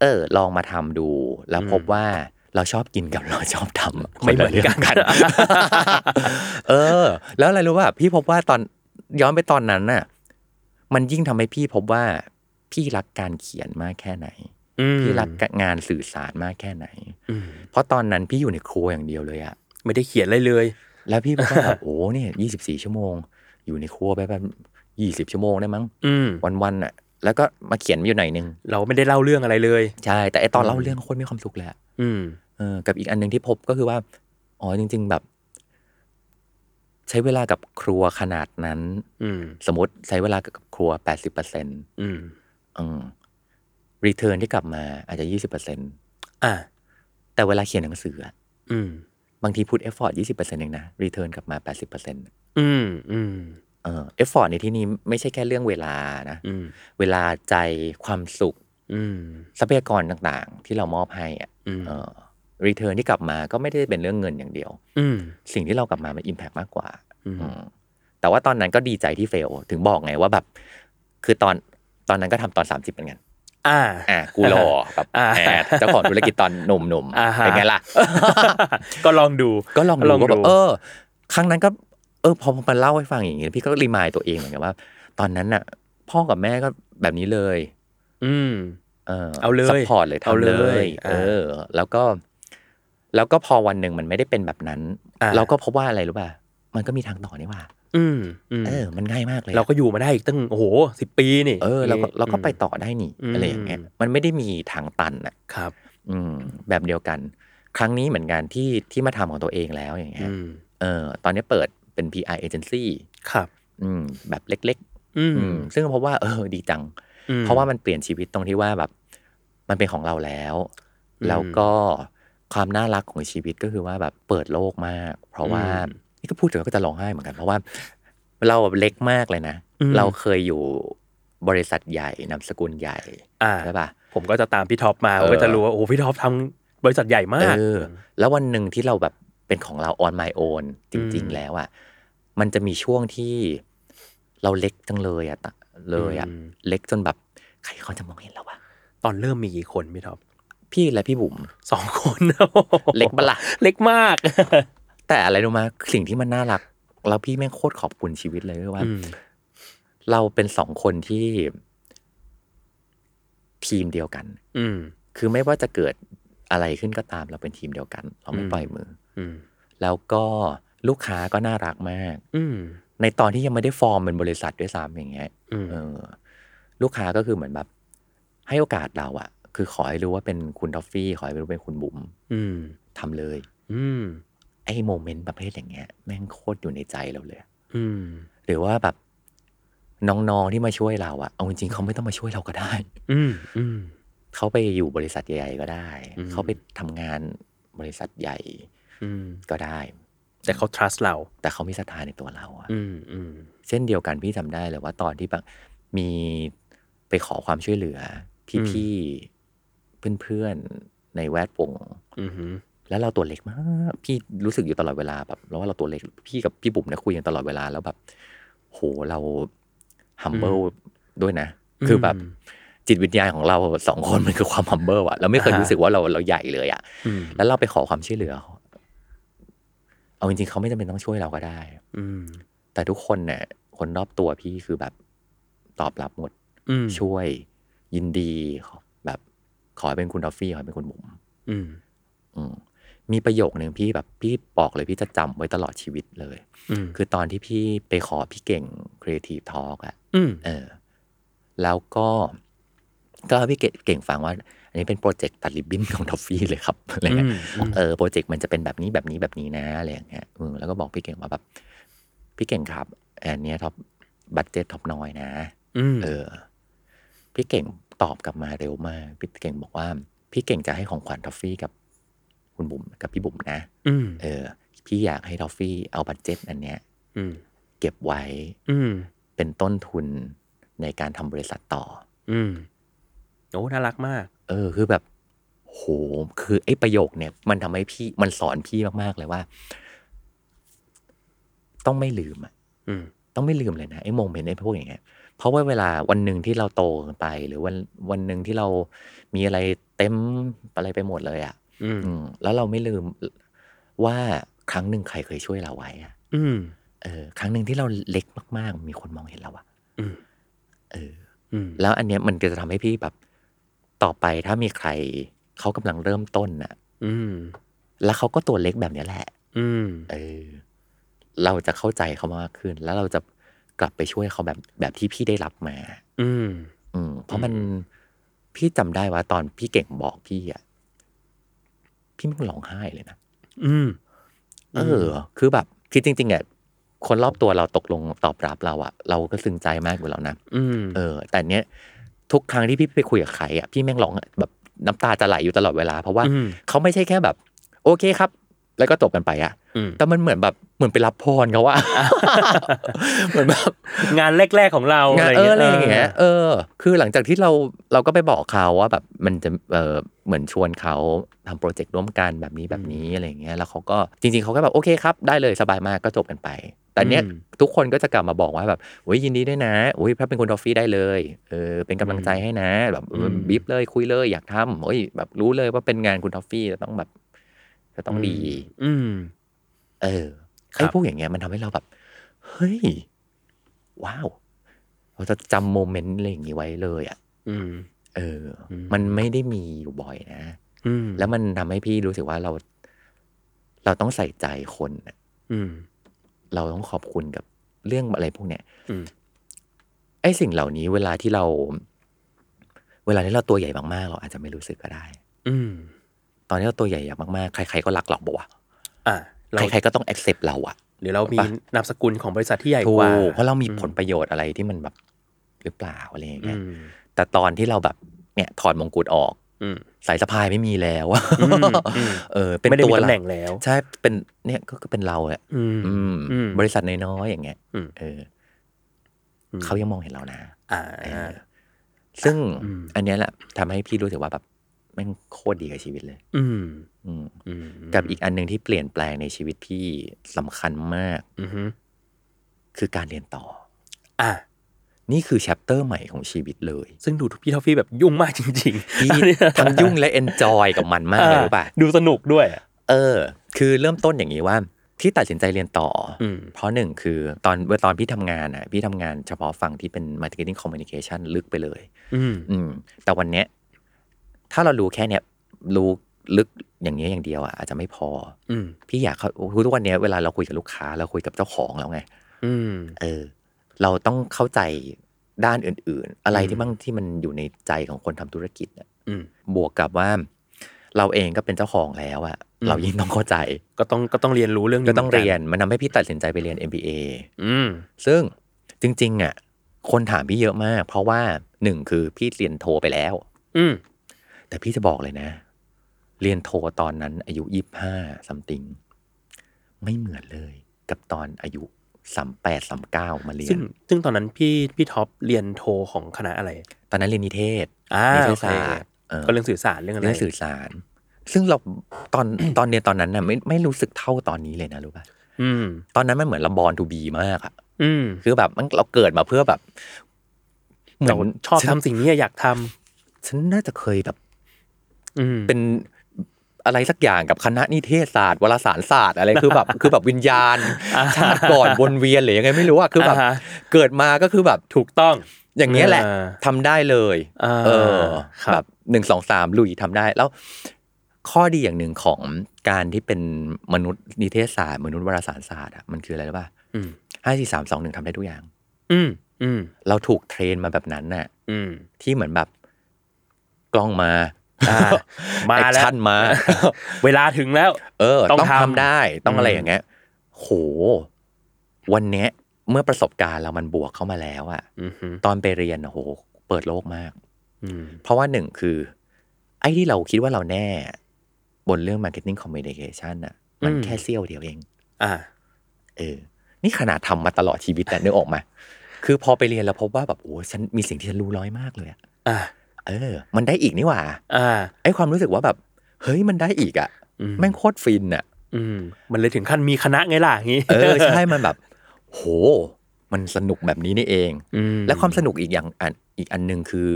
เออ ลองมาทำดู แล้ว อืม พบว่าเราชอบกินกับ เราชอบทำอะ ไม่เหมือนกัน คละเรื่องเออ แล้วอะไรรู้ป่ะพี่พบว่าตอนย้อนไปตอนนั้นน่ะ มันยิ่งทำให้พี่พบว่า พี่รักการเขียนมากแค่ไหน อืม พี่รักงานสื่อสารมากแค่ไหน อืม เพราะตอนนั้นพี่อยู่ในครัวอย่างเดียวเลยอะ ไม่ได้เขียนอะไรเลย แล้วพี่ก็ แบบ โอ้เนี่ยยี่สิบสี่ชั่วโมง อยู่ในครัวไปแบบยี่สิบชั่วโมงได้มั้ง อืม วันๆอะแล้วก็มาเขียนอยู่หน่อยนึง เราไม่ได้เล่าเรื่องอะไรเลย ใช่ แต่ไอตอนเล่า อืม เรื่องโคตรมีความสุขเลยอะ อืม เออกับอีกอันหนึ่งที่พบก็คือว่า อ๋อจริง ๆ แบบ ใช้เวลากับครัวขนาดนั้น อืม สมมติใช้เวลากับครัวแปดสิบเปอร์เซ็นต์ อืม รีเทิร์นที่กลับมาอาจจะยี่สิบเปอร์เซ็นต์ อ่า แต่เวลาเขียนหนังสืออะ อืม บางทีพูดเอฟฟอร์ตยี่สิบเปอร์เซ็นต์เองนะรีเทิร์นกลับมาแปดสิบเปอร์เซ็นต์ อืม อืม เออเอฟฟอร์ตในที่นี้ไม่ใช่แค่เรื่องเวลานะ อืม เวลาใจความสุข อืม ทรัพยากรต่างๆ ที่เรามอบให้อะ อืม เออรีเทิร์นที่กลับมาก็ไม่ได้เป็นเรื่องเงินอย่างเดียว อืม สิ่งที่เรากลับมา มันอิมแพกมากกว่า อืม อืมแต่ว่าตอนนั้นก็ดีใจที่เฟล ถึงบอกไงว่าแบบ คือตอนตอนนั้นก็ทำตอน 30 เหมือนกัน อ่า อ่ะกูรอแบบ อ่า แหมเจ้าของธุรกิจตอนหนุ่ม อ่า ๆ ฮะ เป็นไงล่ะ ก็ลองดู ก็ลอง ล ดู องดู ก็แบบเออ ครั้งนั้นก็ เออ พอมันเล่าให้ฟังอย่างงี้พี่ก็รีมายตัวเองเหมือนกันว่า ตอนนั้นน่ะ พ่อกับแม่ก็แบบนี้เลย อืม เออ เอาเลย ซัพพอร์ตเลย เอา ทำ เล เลย ย อ่า เออ แล้วก็ แล้วก็พอวันหนึ่งมันไม่ได้เป็นแบบนั้น อ่า เราก็พบว่าอะไรรู้ป่ะมันก็มีทางต่อนี่หว่า อืมอืม เออ มันง่ายมากเลยอะ เราก็อยู่มาได้อีกตั้งโอ้โหสิบปีนี่ เออ เราก็เราก็ไป อืม ต่อได้นี่ อืม อะไรอย่างเงี้ย มันไม่ได้มีทางตันอ่ะ ครับ อืม แบบเดียวกัน ครั้งนี้เหมือนกันที่ที่มาทำของตัวเองแล้วอย่างเงี้ย อืม เออ ตอนนี้เปิดเป็น PR agency ครับ อืม แบบเล็ก อื ๆ ม อืม ซึ่งเพราะว่าเออ ดีจัง อื เพราะว่ามันเปลี่ยนชีวิตตรงที่ว่าแบบ มันเป็นของเราแล้ว อืม แล้วก็ความน่ารักของชีวิตก็คือว่าแบบเปิดโลกมาก เพราะว่า อืม นี่ก็พูดถึงแล้วก็จะร้องไห้เหมือนกัน เพราะว่าเราเล็กมากเลยนะ อืม เราเคยอยู่บริษัทใหญ่นามสกุลใหญ่ อ่า ใช่ปะ ผมก็จะตามพี่ท็อปมา เอ ผ อ มก็จะรู้ว่าโอ้โหพี่ท็อปทำบริษัทใหญ่มา เอก อ แล้ววันหนึ่งที่เราแบบเป็นของเรา on my own จริง อืม ๆ แล้วอ่ะมันจะมีช่วงที่เราเล็กจังเลยอ่ะตะเลยอ่ะ อืม เล็กจนแบบ ใครเขาจะมองเห็นเราวะ ตอนเริ่มมีกี่คนพี่ท็อป พี่และพี่บุ๋ม สองคน เล็กปะล่ะ เล็กมาก แต่อะไรรู้มาสิ่งที่มันน่ารัก แล้วพี่แม่งโคตรขอบคุณชีวิตเลยด้วยว่า อืม เราเป็นสองคนที่ ทีมเดียวกัน อืม คือไม่ว่าจะเกิดอะไรขึ้นก็ตาม เราเป็นทีมเดียวกัน เราไม่ อืม ปล่อยมือ อืม แล้วก็ลูกค้าก็น่ารักมาก อืม ในตอนที่ยังไม่ได้ฟอร์มเป็นบริษัทด้วยซ้ำอย่างเงี้ย อืม เออ ลูกค้าก็คือเหมือนแบบ ให้โอกาสเราอะคือขอให้รู้ว่าเป็นคุณทอฟฟี่ ขอให้รู้เป็นคุณบุ๋ม อืม ทำเลย อืม ไอ้โมเมนต์ประเภทอย่างเงี้ยแม่งโคตรอยู่ในใจเราเลย อืม หรือว่าแบบน้องๆที่มาช่วยเราอะเอาจริงๆเขาไม่ต้องมาช่วยเราก็ได้ อืมอืม เขาไปอยู่บริษัทใหญ่ๆก็ได้ อืม เขาไปทำงานบริษัทใหญ่ อืม ก็ได้ แต่เขา trust เรา แต่เขามีศรัทธาในตัวเราอะ อืมอืม เช่นเดียวกันพี่จำได้เลยว่าตอนที่แบบมีไปขอความช่วยเหลือพี่ๆเพื่อนๆในแวดวง อืม แล้วเราตัวเล็กมากพี่รู้สึกอยู่ตลอดเวลาแบบแล้วว่าเราตัวเล็กพี่กับพี่บุ๋มเนี่ยคุยกันตลอดเวลาแล้วแบบ โหเรา humble ด้วยนะ คือแบบ จิตวิญญาณของเราสองคนมันคือความ humble อะเราไม่เคยรู้สึกว่าเราเราใหญ่เลยอะ อืม แล้วเราไปขอความช่วยเหลือ เอาจริงๆเขาไม่จำเป็นต้องช่วยเราก็ได้ อืม แต่ทุกคนเนี่ยคนรอบตัวพี่คือแบบตอบรับหมด อืม ช่วย ยินดีขอแบบขอให้เป็นคุณทอฟฟี่ขอให้เป็นคุณบุ๋ม อืม อืม มีประโยคหนึ่งพี่แบบพี่บอกเลยพี่จะจำไว้ตลอดชีวิตเลย อืม คือตอนที่พี่ไปขอพี่เก่ง Creative Talk อะ อืม เออแล้วก็ก็เล่าให้พี่เกเก่งฟังว่า อันนี้เป็นโปรเจกต์ตัดริบบิ้นของทอฟฟี่เลยครับ อะไรเงี้ย อืม เออโปรเจกต์มันจะเป็นแบบนี้แบบนี้แบบนี้นะอะไรอย่างเงี้ยอืมแล้วก็บอกพี่เก่งว่าแบบพี่เก่งครับ อันเนี้ยท็อปบัตเจ็ตท็อปน้อยนะ อืม เออ พี่เก่งตอบกลับมาเร็วมาก พี่เก่งบอกว่า พี่เก่งจะให้ของขวัญทอฟฟี่กับคุณบุ๋มกับพี่บุ๋มนะ อืม เออ พี่อยากให้ทอฟฟี่เอาบัตเจ็ตอันเนี้ย อืม เก็บไว้ อืม เป็นต้นทุนในการทำบริษัทต่อ อืมโอ้น่ารักมาก เออ คือแบบ โห คือไอ้ประโยคเนี่ย มันทำให้พี่ มันสอนพี่มากๆเลยว่า ต้องไม่ลืมอะ อืม ต้องไม่ลืมเลยนะไอ้โมเมนต์ไอ้พวกอย่างเงี้ย เพราะว่าเวลาวันหนึ่งที่เราโตไป หรือวันวันหนึ่งที่เรามีอะไรเต็มอะไรไปหมดเลยอะ่ะ อืม อืม แล้วเราไม่ลืมว่าครั้งหนึ่งใครเคยช่วยเราไว้อะ อืม เออ ครั้งหนึ่งที่เราเล็กมากๆ มีคนมองเห็นเราอะ อืม เออ อืม แล้วอันเนี้ยมันก็จะทำให้พี่แบบต่อไปถ้ามีใครเขากำลังเริ่มต้นน่ะ อืม แล้วเขาก็ตัวเล็กแบบเนี้ยแหละ อืม เออ เราจะเข้าใจเขามากขึ้น แล้วเราจะกลับไปช่วยเขาแบบแบบที่พี่ได้รับมา อืม อืม เพราะมัน อืม พี่จำได้ว่าตอนพี่เก่งบอกพี่อ่ะพี่ไม่ร้องไห้เลยนะ อืม เออ คือแบบคือจริงๆอ่ะคนรอบตัวเราตกลงตอบรับเราอ่ะ เราก็ซึ้งใจมากอยู่แล้วนะ อืม เออแต่เนี้ยทุกครั้งที่พี่ไปคุยกับใครอ่ะพี่แม่งร้องแบบน้ำตาจะไหลอยู่ตลอดเวลา เพราะว่า อืม เขาไม่ใช่แค่แบบ โอเคครับ แล้วก็จบกันไปอ่ะ อืม แต่มันเหมือนแบบเหมือนไปรับพรเขาว่า เหมือนแบบ งานแรก ๆ ของเรา งาน อะไรเงี้เออย อะไรอย่างเงี้ยเออ คือหลังจากที่เราเราก็ไปบอกเขาว่าแบบมันจะเออเหมือนชวนเขาทำโปรเจกต์ร่วมกันแบบนี้แบบนี้อะไรอย่างเงี้ยแล้วเขาก็จริง ๆเขาก็แบบโอเคครับได้เลยสบายมากก็จบกันไป แต่เนี้ย ทุกคนก็จะกลับมาบอกว่าแบบโอ้ยยินดีด้วยนะโอ้ยถ้าเป็นคนทอฟฟี่ได้เลย เออ เป็นกำลังใจให้นะ แบบ อืม บิบเลยคุยเลยอยากทำโอ้ยแบบรู้เลยว่าเป็นงานคุณทอฟฟี่จะต้องแบบจะต้องดี อืม เออ ครับ ไอ้พวกอย่างเงี้ยมันทำให้เราแบบ เฮ้ย ว้าว เราจะจำโมเมนต์อะไรอย่างงี้ไว้เลยอ่ะ อืม เอออ ม มันไม่ได้มีอยู่บ่อยนะ อืม แล้วมันทำให้พี่รู้สึกว่าเรา เราต้องใส่ใจคนอะ อืม เราต้องขอบคุณกับเรื่องอะไรพวกเนี้ย อืม ไอ้สิ่งเหล่านี้เวลาที่เรา เวลาที่เราตัวใหญ่มากๆ เราอาจจะไม่รู้สึกก็ได้ อืม ตอนที่เราตัวใหญ่อย่างมากๆ ใคร ๆ ก็รักเราบอกว่า อ่ะเรา ใครๆก็ต้อง accept เราอะ หรือเรามีนามสกุลของบริษัทที่ใหญ่ ถู กว่า กเพราะเรามี อืม ผลประโยชน์อะไรที่มันแบบหรือเปล่าอะไรอย่างเงี้ อื ย ม แต่ตอนที่เราแบบเนี่ย ถอดมงกุฎออก อืม สายสะพายไม่มีแล้วอะ อืมอืม เออ เป็น ไม่ได้ ตั มี ว ตำ เรา แหน่งแล้ว ใช่เป็นเนี่ยก็ก็เป็นเราแหละ อืม อืม อืม บริษัทน้อยๆอย่างเงี้ย อืม เอออเขายังมองเห็นเรานะ อ่า ซึ่ง อืม อันเนี้ยแหละทำให้พี่รู้สึกว่าแบบแม่งโคตรดีกับชีวิตเลย อืม อืม อืม กับอีกอันหนึ่งที่เปลี่ยนแปลงในชีวิตพี่สำคัญมาก อืม คือการเรียนต่อ อ่ะ นี่คือแชปเตอร์ใหม่ของชีวิตเลย ซึ่งดูทุกพี่ทอฟฟี่แบบยุ่งมากจริงๆ พี่ ตอน นี้ ทั้งยุ่งและเอนจอยกับมันมากเลยรู้ป่ะ ดูสนุกด้วย เออ คือเริ่มต้นอย่างนี้ว่า ที่ตัดสินใจเรียนต่ออ อืม เพราะหนึ่งคือตอนเวลาตอนพี่ทำงานอ่ะพี่ทำงานเฉพาะฝั่งที่เป็น marketing communication ลึกไปเลย อืม อืมแต่วันเนี้ยถ้าเรารู้แค่เนี้ยรู้ลึกอย่างเนี้ยอย่างเดียวอ่ะอาจจะไม่พอ อืม พี่อยากเขาคือทุกวันเนี้ยเวลาเราคุยกับลูกค้าเราคุยกับเจ้าของแล้วไง อืม เออ เราต้องเข้าใจด้านอื่น ๆ อะไร อืม ที่บ้างที่มันอยู่ในใจของคนทำธุรกิจอะ อืม บวกกับว่า เราเองก็เป็นเจ้าของแล้วอะ อืม เรายิ่งต้องเข้าใจ ก็ต้องก็ต้องเรียนรู้เรื่องนี้ ก็ต้องเรีย หมื นมันทำให้พี่ตัดสินใจไปเรียน MBA อืม ซึ่งจริง ๆ อ่ะ คนถามพี่เยอะมาก เพราะว่าหนึ่งคือพี่เรียนโทไปแล้ว อืม แต่พี่จะบอกเลยนะ เรียนโทตอนนั้นอายุยี่ห้าซัมติงไม่เหมือนเลย กับตอนอายุสามแปดสามเก้ามาเรีย ซึ่ น งซึ่งตอนนั้นพี่พี่ท็อปเรียนโทของคณะอะไร ตอนนั้นเรียนนิเทศ อ่า นิเท โอ ศ เค ศาสตร์เออ ก็เรื่องสื่อสารเรื่องอะไร เรื่องสื่อสาร ซึ่งเราตอน ตอนเรียนตอนนั้นน่ะไม่ไม่รู้สึกเท่าตอนนี้เลยนะรู้ป่ะ อืม ตอนนั้นมันเหมือนเราบอลทูบีมากอะ อืม คือแบบมันเราเกิดมาเพื่อแบบเหมื แต่ อน ว่าชอบ ฉัน ทำสิ่งนี้อยากทำ ฉันน่าจะเคยแบบ อืม เป็นอะไรสักอย่างกับคณะนิเทศศาสตร์วารสารศาสตร์อะไรคือแบบ คือแบบวิญญาณชาติก่อนวนเวียนหรือยังไงไม่รู้อะคือแบบ อ่าฮะ เกิดมาก็คือแบบ ถูกต้อง อย่างเงี้ยแหละ อ่า ทำได้เลย อ่า เออ ครับ แบบหนึ่งสองสามลุยทำได้แล้ว ข้อดีอย่างหนึ่งของการที่เป็นมนุษย์นิเทศศาสตร์ มนุษย์วารสารศาสตร์อะมันคืออะไรรู้ป่ะ อืม ห้าสี่สามสองหนึ่งทำได้ทุกอย่าง อืมอืม เราถูกเทรนมาแบบนั้นน่ะ อืม ที่เหมือนแบบกล้องมา อ่ามา แอค แล้ว ชั่นมา เวลาถึงแล้ว เออ ต้ ต้ อ อง ง ทำ ทำได้ต้องอะไร อืม อย่างเงี้ยโห วันเนี้ยเมื่อประสบการณ์เรามันบวกเข้ามาแล้วอะ อืมฮึ ตอนไปเรียนอะโห เปิดโลกมาก อืม เพราะว่าหนึ่งคือ ไอ้ที่เราคิดว่าเราแน่ บนเรื่อง Marketing Communication อะมันแค่เสี้ยวเดียวเอง อ่า เออ นี่ขนาดทำมาตลอดชีวิตแต่นึกออกมา คือพอไปเรียนแล้วพบว่าแบบโอ้ฉันมีสิ่งที่ฉันรู้น้อยมากเลยอะ อ่า เออ มันได้อีกนี่หว่า อ่า ไอ้ความรู้สึกว่าแบบ เฮ้ยมันได้อีกอะ อืม แม่งโคตรฟินอะ อืมมันเลยถึงขั้นมีคณะไงล่ะอย่างงี้ เออ ใช่มันแบบ โห มันสนุกแบบนี้นี่เอง อืม และความสนุกอีกอย่างอันอีกอันหนึ่งคือ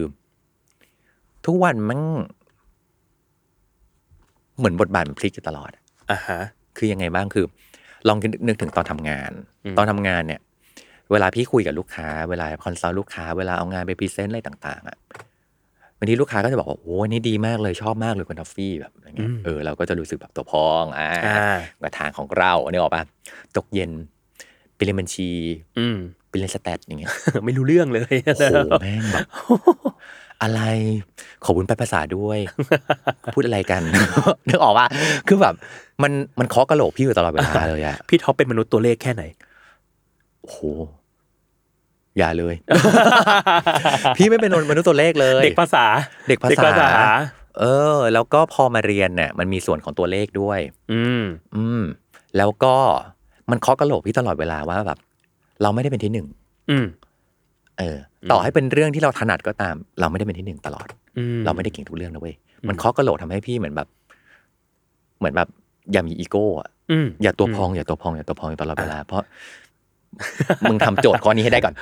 ทุกวันมันเหมือนบทบาทมันพลิกอยู่ตลอดอะ อ่าฮะ คือยังไงบ้างคือ ลองนึกถึงตอนทำงาน อืม ตอนทำงานเนี่ย เวลาพี่คุยกับลูกค้า เวลาคอนซัลท์ลูกค้า เวลาเอางานไปพรีเซนต์อะไรต่าง ๆอะบางทีลูกค้าก็จะบอกว่าโอ้ยนี่ดีมากเลยชอบมากเลยคุณทอฟฟี่แบบอะไรเงี้ยเออเราก็จะรู้สึกแบบตัวพองอ่า อ่า กระทางของเราเนี่ยออกปะตกเย็นไปเรียนบัญชี อืม ไปเรียนสแตทอย่างเงี้ย ไม่รู้เรื่องเลย โอ้โหแม่งแบบ อะไร ขอบคุณแปลภาษาด้วย พูดอะไรกัน นึกออกว่าคือแบบ มันมันเคาะกระโหลกพี่อยู่ตลอดเวลาเลยอะ พี่ท็อปเป็นมนุษย์ตัวเลขแค่ไหน โอ้โหอย่าเลย พี่ไม่เป็นมนุษย์ตัวเลขเลย เด็กภาษา เด็กภาษา เด็กภาษา เออ แล้วก็พอมาเรียนเนี่ยมันมีส่วนของตัวเลขด้วย อืม อืม แล้วก็มันเคาะกระโหลกพี่ตลอดเวลาว่าแบบ เราไม่ได้เป็นที่หนึ่ง อืม เออ ต่อให้เป็นเรื่องที่เราถนัดก็ตาม เราไม่ได้เป็นที่หนึ่งตลอด อืม เราไม่ได้เก่งทุกเรื่องนะเว้ย อืม มันเคาะกระโหลกทำให้พี่เหมือนแบบ เหมือนแบบอย่ามีอีโก้อะ อืม อย่าตัวพองอย่าตัวพองอย่าตัวพองอยู่ตลอดเวลา เพราะ มึงทำโจทย์ข้อนี้ให้ได้ก่อน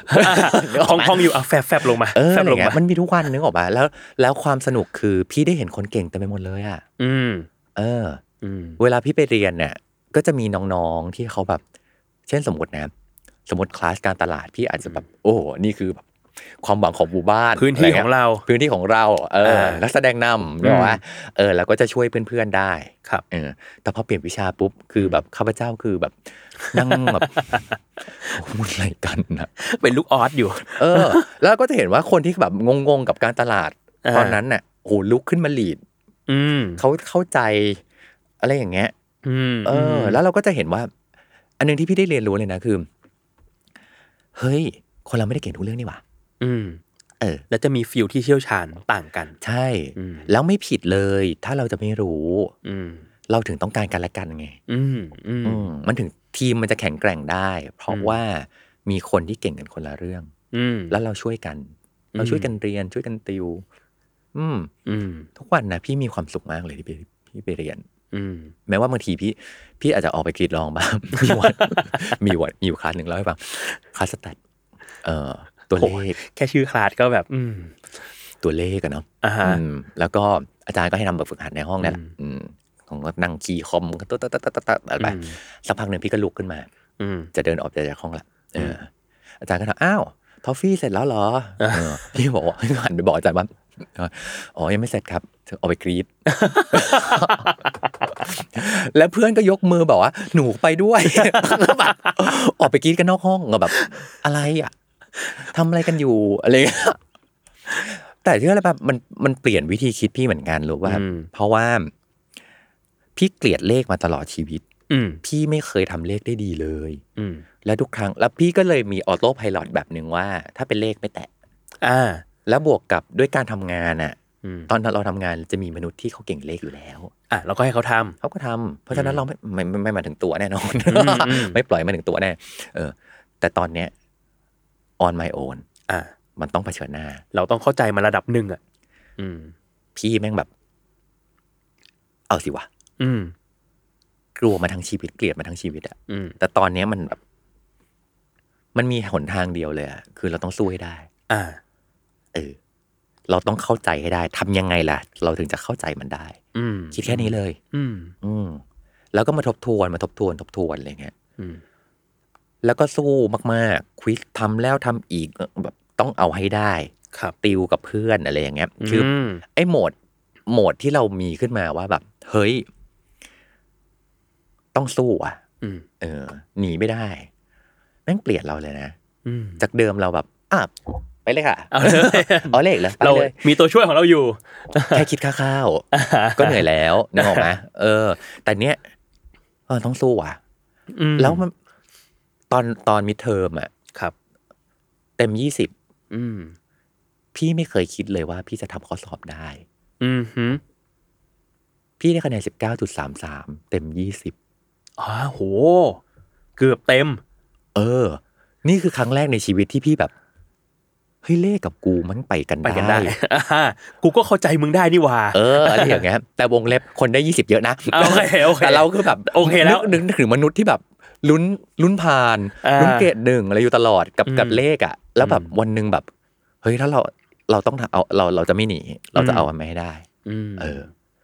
นึก คล่ ก อง ไหม คล่องอยู่อ่ะแฟบแฟบลงมา เออ แฟ อะ บ ไร ลง เงี้ มาย มันมีทุกวันนึกออกปะแล้วแล้วความสนุกคือพี่ได้เห็นคนเก่งเต็มไปหมดเลยอ่ะ อืม เออ อืม เวลาพี่ไปเรียนเนี่ย ก็จะมีน้องๆที่เขาแบบ เช่นสมมตินะสมมติคลาสการตลาดพี่อาจจะแบบ โอ้โหนี่คือแบบความหวังของหมู่บ้าน พื้นที่ ะไ ของเรา พื้นที่ของเราเอออา นักแสดงนำเนกออกปะว่าเออเราก็จะช่วยเพื่อนๆได้ ครับ เออ แต่พอเปลี่ยนวิชาปุ๊บคือแบบข้าพเจ้าคือแบบ นั่งแบบ โอ้โหอะไรกันนะ เป็นลูกออสอยู่ เออ แล้วก็จะเห็นว่าคนที่แบบงงๆกับการตลาด อ่า ตอนนั้นน่ะโอ้โหลุกขึ้นมาลีด อืม เขาเข้าใจ อะไรอย่างเงี้ย อืม เออ แล้วเราก็จะเห็นว่า อันหนึงที่พี่ได้เรียนรู้เลยนะคือ เฮ้ย คนเราไม่ได้เก่งทุกเรื่องนี่หว่า อืม เออ แล้วจะมีฟิลที่เชี่ยวชาญต่างกัน ใช่ อืม แล้วไม่ผิดเลย ถ้าเราจะไม่รู้ อืม เราถึงต้องการกันและกันไง อืม อืม อืมมันถึงทีมมันจะแข็งแกร่งได้ เพ อื ราะ ม ว่ามีคนที่เก่งกันคนละเรื่อง อืม แล้วเราช่วยกัน อืม เราช่วยกันเรียนช่วยกันติว อืม อืม ทุกวันนะพี่มีความสุขมากเลยที่ไปพี่ไปเรียน อืม แม้ว่าบางทีพี่ พี่อาจจะออกไปกรีดร้องบ้าง มีวันมีวันมีอยู่คลาสหนึ่งเล่าให้ฟังคลาสสแตทเอ่อตัวเลข แค่ชื่อคลาสก็แบบ อืม ตัวเลขกันเนาะ อ่าฮะ อืมแล้วก็อาจารย์ก็ให้ทำแบบฝึกหัดในห้องนั่นแหละอืมของก็นั่งคีย์คอมก็ตะตะตะตะตะตะอะไรไป อืม สักพักหนึ่งพี่ก็ลุกขึ้นมา อืม จะเดินออกจากห้องละเออออาจารย์ก็ถามอ้าวทอฟฟี่เสร็จแล้วเหรอเออพี่บอกว่าหันไปบอกอาจารย์ว่าเอออ๋อ ยังไม่เสร็จครับเธอเอาไปกรีด แล้วเพื่อนก็ยกมือบอกว่า หนูไปด้วย ก็แบบออกไปกรีดกันนอกห้องก็แบบ อะไรอ่ะทำอะไรกันอยู่อะไรอย่างเงี้ยแต่ที่อะไรแบบมันมันเปลี่ยนวิธีคิดพี่เหมือนกันรู้ว่า อืม เพราะว่า พี่เกลียดเลขมาตลอดชีวิต อืม พี่ไม่เคยทำเลขได้ดีเลย อืม แล้วทุกครั้ง แล้วพี่ก็เลยมีออโต้พายโแบบหนึ่งว่า ถ้าเป็นเลขไม่แตะ อ่า แล้วบวกกับด้วยการทำงานอ่ะ อืม ตอนเราทำงานจะมีมนุษย์ที่เขาเก่งเลขอยู่แล้ว อ่ะเราก็ให้เขาทำ เขาก็ทำเพราะฉะนั้นเราไม่ไม่ไม่ไม่มาถึงตัวแน่นอน อืมอืม ไม่ปล่อยมาถึงตัวแน่เออ แต่ตอนเนี้ย on my own อ่า มันต้องเผชิญหน้า เราต้องเข้าใจมันระดับหนึ่งอ่ะ อืม พี่แม่งแบบ เอาสิวะ อืม กลัวมาทั้งชีวิตเกลียดมาทั้งชีวิตอะ อืม แต่ตอนเนี้ยมันแบบ มันมีหนทางเดียวเลยอะคือเราต้องสู้ให้ได้ อ่า เออ เราต้องเข้าใจให้ได้ทำยังไงล่ะ เราถึงจะเข้าใจมันได้ อืม คิดแค่นี้เลย อืม อืม แล้วก็มาทบทวนมาทบทวน ทบทวนอะไรเงี้ย อืม แล้วก็สู้มากๆควิสทำแล้วทำอีกแบบต้องเอาให้ได้ ครับ ติวกับเพื่อนอะไรอย่างเงี้ย คือ อืม ไอ้โหมด โหมดที่เรามีขึ้นมาว่าแบบ เฮ้ย ต้องสู้อ่ะ อืม เออ หนีไม่ได้แม่งเปลี่ยนเราเลยนะ อืม จากเดิมเราแบบอ่ะ ไปเลยค่ะ เอาเลย เอาเลขแล้วไป เรา เลย มีตัวช่วยของเราอยู่ แค่ คิดค่าข้าว ก็เหนื่อย แล้วนึกออกไหมเออ แต่เนี้ยเออต้องสู้อ่ะ อืม แล้วมันตอนตอนมิดเทอมอ่ะ ครับ เต็มยี่สิบ อืม พี่ไม่เคยคิดเลยว่าพี่จะทำข้อสอบได้ อืมฮึ พี่ได้คะแนนสิบเก้าจุดสามสามเต็มยี่สิบ อ๋อโห เกือบเต็ม เออ นี่คือครั้งแรกในชีวิตที่พี่แบบเฮ้ยเลขกับกูมันไปกัน ไป ได้ กันได้ อ่ากูก็เข้าใจมึงได้นี่หว่า เอออะไรอย่างเงี้ยแต่วงเล็บคนได้ยี่สิบเยอะนะ โอเคโอเค แต่เราคือแบบ โอเคแล้ว นึกนึกถึงมนุษย์ที่แบบลุ้นลุ้นผ่าน อ่า ลุ้นเกรดหนึ่งอะไรอยู่ตลอดกับ อืม กับเลขอ่ะ แล้วแบบ อืม วันหนึ่งแบบ เฮ้ยถ้าเราเราต้องเอาเราเราจะไม่หนี เราจะ อืม เอามันไม่ให้ได้ อืม เออ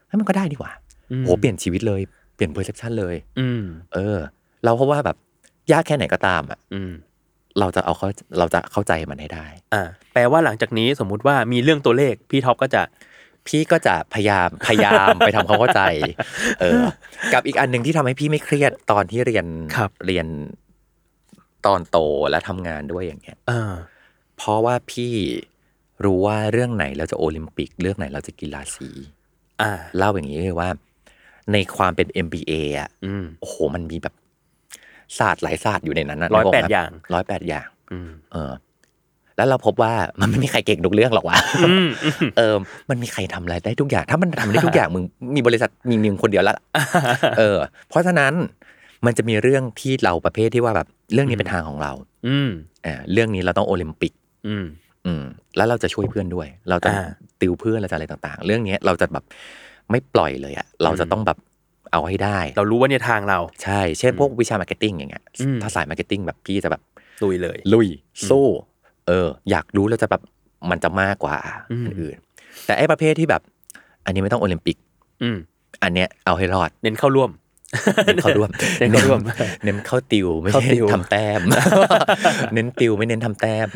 ให้ยมันก็ได้ดีกว่า ม โหเปลี่ยนชีวิตเลยเปลี่ยนเพอร์เซพชันเลย อืม เออ เราเพราะว่าแบบยากแค่ไหนก็ตามอ่ะ อืม เราจะเอาเข้าเราจะเข้าใจมันให้ได้ อ่า แปลว่าหลังจากนี้สมมุติว่ามีเรื่องตัวเลข พี่ท็อปก็จะ พี่ก็จะพยายามพยายาม ไปทำความเข้าใจ เอ อ กับอีกอันหนึ่งที่ทำให้พี่ไม่เครียดตอนที่เรียน ครับ เรียนตอนโตและทำงานด้วยอย่างเงี้ย เออ เพราะว่าพี่รู้ว่าเรื่องไหนเราจะโอลิมปิก เรื่องไหนเราจะกีฬาสี อ่า เล่าอย่างนี้เลยว่า ในความเป็น MBA อ่ะ อืม โอ้โหมันมีแบบศาสตร์หลายศาสตร์อยู่ในนั้น ร้อยแปดอย่าง ร้อยแปดอย่าง อืม เออ แล้วเราพบว่ามันไม่มีใครเก่งทุกเรื่องหรอกวะ อืม เออ มันมีใครทำอะไรได้ทุกอย่าง ถ้ามันทำได้ทุกอย่าง มึงมีบริษัทมีมึงคนเดียวละ เออ เพราะฉะนั้นมันจะมีเรื่องที่เราประเภทที่ว่าแบบ เรื่องนี้เป็นทางของเรา อืม อ่าเรื่องนี้เราต้องโอลิมปิก อืม อืม แล้วเราจะช่วยเพื่อนด้วย เราจะ อ่า ติวเพื่อนเราจะอะไรต่าง ๆ เรื่องนี้เราจะแบบไม่ปล่อยเลยอะเราจะ อืม ต้องแบบเอาให้ได้ เรารู้ว่าเนี่ยทางเรา ใช่ เช่นพวกวิชามาร์เก็ตติ้งอย่างเงี้ย อืม ถ้าสายมาร์เก็ตติ้งแบบพี่จะแบบ ลุยเลย ลุยสู้เออ อยากรู้แล้วจะแบบมันจะมากกว่า อืม อันอื่น แต่ไอ้ประเภทที่แบบ อันนี้ไม่ต้องโอลิมปิก อืม อันเนี้ยเอาให้ร อด เน้นเข้าร่วม เน้นเข้าร่วม เน้นเข้าร่วม เน้นเข้าติวไม่ เข้า ใช่ ติว ทำแต้ ม เน้นติวไม่เน้นทำแต้ม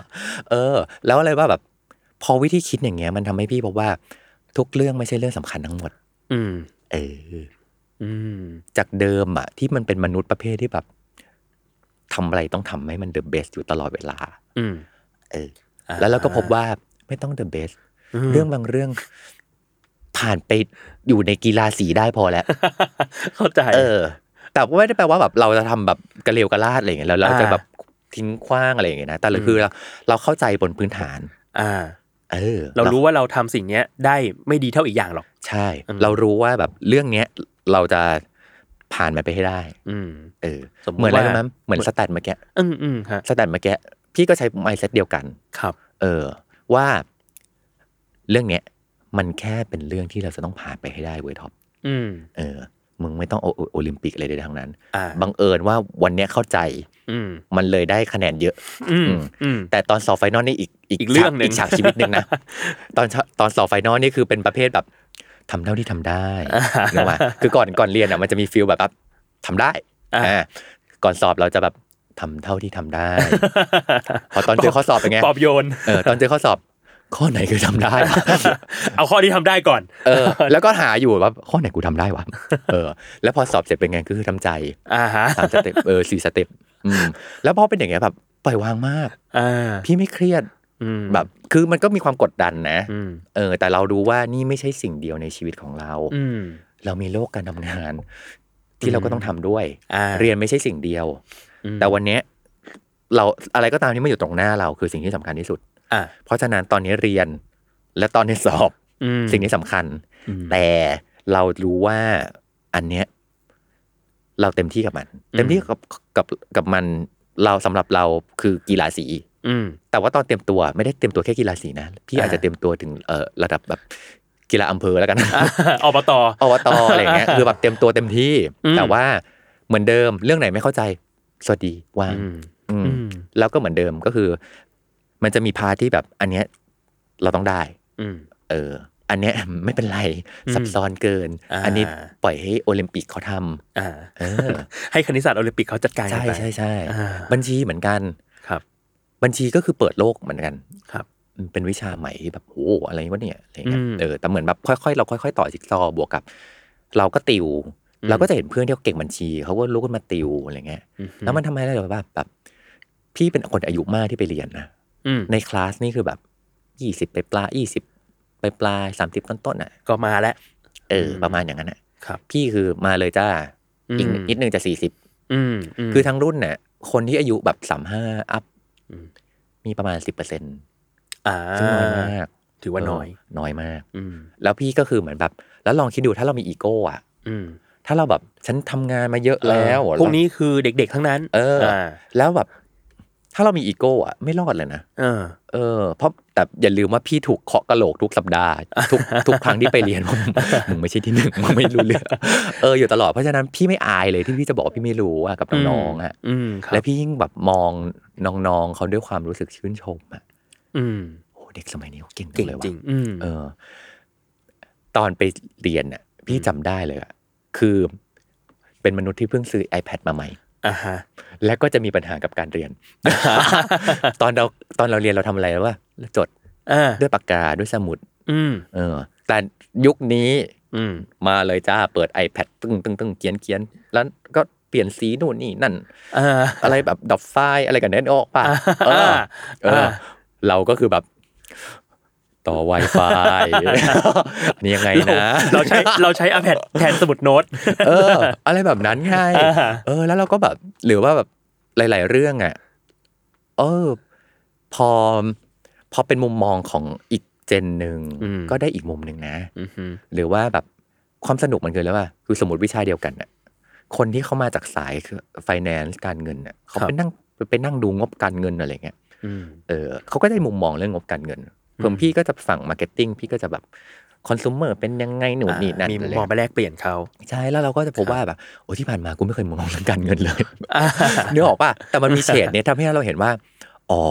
เออ แล้วอะไรว่าแบบ พอวิธีคิดอย่างเงี้ย มันทำให้พี่บอกว่า ทุกเรื่องไม่ใช่เรื่องสำคัญทั้งหมด อืม เออ อืม จากเดิมอะที่มันเป็นมนุษย์ประเภทที่แบบทำอะไรต้องทำให้มันเดอะเบสอยู่ตลอดเวลา อืม เออ อ่า แล้วเราก็พบว่าไม่ต้องเดอะเบส ม เรื่องบางเรื่อง ผ่านไปอยู่ในกีฬาสีได้พอแล้ว เข้าใจ เออ แต่ว่าไม่ได้แปลว่าแบบเราจะทำแบบกระเลวกระลาดอะไรอย่างเงี้ยแล้วเราจะ อ่า แบบทิ้งขว้างอะไรอย่างเงี้ยนะแต่เรา อืม คือเราเราเข้าใจบนพื้นฐาน อ่า เออ เรารู้ว่าเราทำสิ่งเนี้ยได้ไม่ดีเท่าอีกอย่างหรอก ใช่ อืม เรารู้ว่าแบบเรื่องเนี้ย เราจะผ่านมันไปให้ได้ อืม เออ สมมุติ เหมือนอะไรรู้ ว่า ไหมเหมือนสแตทเมื่อกี้ อืมอืมฮะ สแตทเมื่อกี้พี่ก็ใช้ไมเซ็ตเดียวกัน ครับ เออว่าเรื่องเนี้ย มันแค่เป็นเรื่องที่เราจะต้องผ่านไปให้ได้เว้ยท็อป อืม เออ มึงไม่ต้องโอโอโอลิมปิกอะไรใดๆทั้งนั้น อ่า บังเอิญว่าวันเนี้ยเข้าใจ อืม มันเลยได้คะแนนเยอะ อืม อืม แต่ตอนสอบไฟนอลนี่อีก อีกเรื่องหนึ่ง ฉากอีกฉากชีวิตหนึ่งนะ ตอนตอนสอบไฟนอลนี่คือเป็นประเภทแบบทำเท่าที่ทำได้เนกอะคือก่อนก่อนเรียนอ่ะมันจะมีฟิลแบบว่าทำได้ อ่ะ อ่าก่อนสอบเราจะแบบทำเท่าที่ทำได้ พอตอนเจอข้อสอบเป็นไง ปอบโยน เออตอนเจอข้อสอบข้อไหนคือทำได้วะ เอาข้อที่ทำได้ก่อน เออ แล้วก็หาอยู่ว่าข้อไหนกูทำได้วะเออ แล้วพอสอบเสร็จเป็นไงก็คือทำใจ อ่าฮะ สามสเต็ปเออสี่สเต็ปอืมแล้วพอเป็นอย่างเงี้ยแบบปล่อยวางมาก อ่า พี่ไม่เครียด อืม แบบ คือมันก็มีความกดดันนะ อืม เออ แต่เราดูว่านี่ไม่ใช่สิ่งเดียวในชีวิตของเรา อืม เรามีโลกการทำงาน อื ที่ ม เราก็ต้องทำด้วย อ่า เรียนไม่ใช่สิ่งเดียว อืม แต่วันเนี้ยเราอะไรก็ตามที่มาอยู่ตรงหน้าเราคือสิ่งที่สำคัญที่สุด อ่า เพราะฉะนั้นตอนนี้เรียนและตอนนี้สอบ อืม สิ่งนี้สำคัญ อืม แต่เรารู้ว่าอันเนี้ยเราเต็มที่กับมัน อืม เต็มที่กับกับกับมันเราสำหรับเราคือกีฬาสี อืม แต่ว่าตอนเตรียมตัวไม่ได้เตรียมตัวแค่กีฬาสีนะพี่ อ่า อาจจะเตรียมตัวถึงเออระดับแบบกีฬาอำเภอแล้วกัน อ่าอบต อบตอะไรอย่างเงี้ยคือแบบเตรียมตัวเต็มที่ อืม แต่ว่าเหมือนเดิมเรื่องไหนไม่เข้าใจสวัสดีว่าง อืม อืม อืม แล้วก็เหมือนเดิมก็คือ มันจะมีพาร์ทที่แบบอันเนี้ยเราต้องได้ อืม เออ อันเนี้ย ไม่เป็นไร อืม ซับซ้อนเกิน อ่า อันนี้ปล่อยให้โอลิมปิกเขาท อ่า ำเออ ให้คณิตศาสตร์โอลิมปิกเขาจัดการกัน ใช่ ไป ใช่ใช่ อ่า บัญชีเหมือนกัน ครับ บัญชีก็คือเปิดโลกเหมือนกัน ครับ อืม เป็นวิชาใหม่ที่แบบโอ้อะไรวะเนี่ยอะไรเงี้ย อืม เออแต่เหมือนแบบค่อยๆเราค่อย ๆ ต่อจิ๊กซอว์บวกกับ เราก็ติว อืม เราก็จะเห็นเพื่อนที่เขาเก่งบัญชี เขาก็รู้กันมาติวอะไรเงี้ย อืม แล้วมันทำให้เราแบบว่าแบบ พี่เป็นคนอายุมากที่ไปเรียนนะ อืม ในคลาสนี่คือแบบยี่สิบ20 ไปปลายยี่สิบไปปลายสามสิบต้นๆน่ะ ก็มาแล้ว เอออ ม ประมาณอย่างนั้นน่ะ ครับ พี่คือมาเลยจ้าอีก ม นิดนึงจะสี่สิบ อืมม คือทั้งรุ่นน่ะ คนที่อายุแบบสามห้าอัพ อืม มีประมาณสิบเปอร์เซ็นต์ อ่า ซึ่งน้อยมาก ถือว่าน้อย เน้อยมาก อืม แล้วพี่ก็คือเหมือนแบบ แล้วลองคิดดูถ้าเรามีอีโก้อะ อืม ถ้าเราแบบฉันทำงานมาเยอะแล้ว พวกนี้คือเด็กๆทั้งนั้น เออ า แล้วแบบ ถ้าเรามีอีโก้อะไม่รอดเลยนะ เออ เออเพราะแต่อย่าลืมว่าพี่ถูกเคาะกระโหลกทุกสัปดาห์ ทุกทุกครั้งที่ไปเรียนว่า มึงมึงไม่ใช่ที่หนึ่งมึงไม่รู้เรื่องเอออยู่ตลอดเพราะฉะนั้นพี่ไม่อายเลยที่พี่จะบอกว่าพี่ไม่รู้อะกับน้องๆอ่ะ อืมครับ และพี่ยิ่งแบบมองน้องๆเขาด้วยความรู้สึกชื่นชมอ่ะ อืม โอ้เด็กสมัยนี้เขาเก่งจั เก่ ง ง เลยว่ะ จริง อืม เออ ตอนไปเรียนอ่ะ พี่จำได้เลยอ่ะคือ เป็นมนุษย์ที่เพิ่งซื้อ iPad มาใหม่ อ่าฮะ และก็จะมีปัญหากับการเรียน ตอนเราตอนเราเรียนเราทำอะไรวะจด อ่า ด้วยปากกาด้วยสมุด อืม เออแต่ยุคนี้ อืม มาเลยจ้าเปิด iPad ตึ้งตึ้งตึ้งเขียนเขียนแล้วก็เปลี่ยนสีนู่นนี่นั่น อ่า อะไรแบบดับไฟล์อะไรกันเน้นออกป่ะเออเออ เราก็คือแบบ ต่อ Wi-Fi นี่ยังไง เรา นะ เราใช้เราใช้อแพดแทนสมุดโน้ต เออ อะไรแบบนั้นไง อ่า เออ แล้วเราก็แบบหรือว่าแบบหลาย ๆ เรื่องอ่ะเออ พอ พอเป็นมุมมองของอีกเจนหนึ่ง อืม ก็ได้อีกมุมหนึ่งนะ อืม หรือว่าแบบความสนุกมันคือแล้วว่า คือสมมติวิชาเดียวกันน่ะคนที่เขามาจากสายคือ finance การเงินน่ะเขาไปนั่งไปนั่งดูงบการเงินอะไรเงี้ย อืม เออเขาก็ได้มุมมองเรื่องงบการเงิน อืม ผมพี่ก็จะฝั่ง marketing พี่ก็จะแบบคอน sumer เป็นยังไงหนูนี่นั่น มีมุมอะไร มองไป เงี้ย แลกเปลี่ยนเขา ใช่แล้วเราก็จะพบว่าแบบโอ้ที่ผ่านมากูไม่เคยมองเรื่องการเงิน เลย อ่า นึกออกป่ะ แต่มันมีเฉดเนี่ยทำให้เราเห็นว่า อ๋อ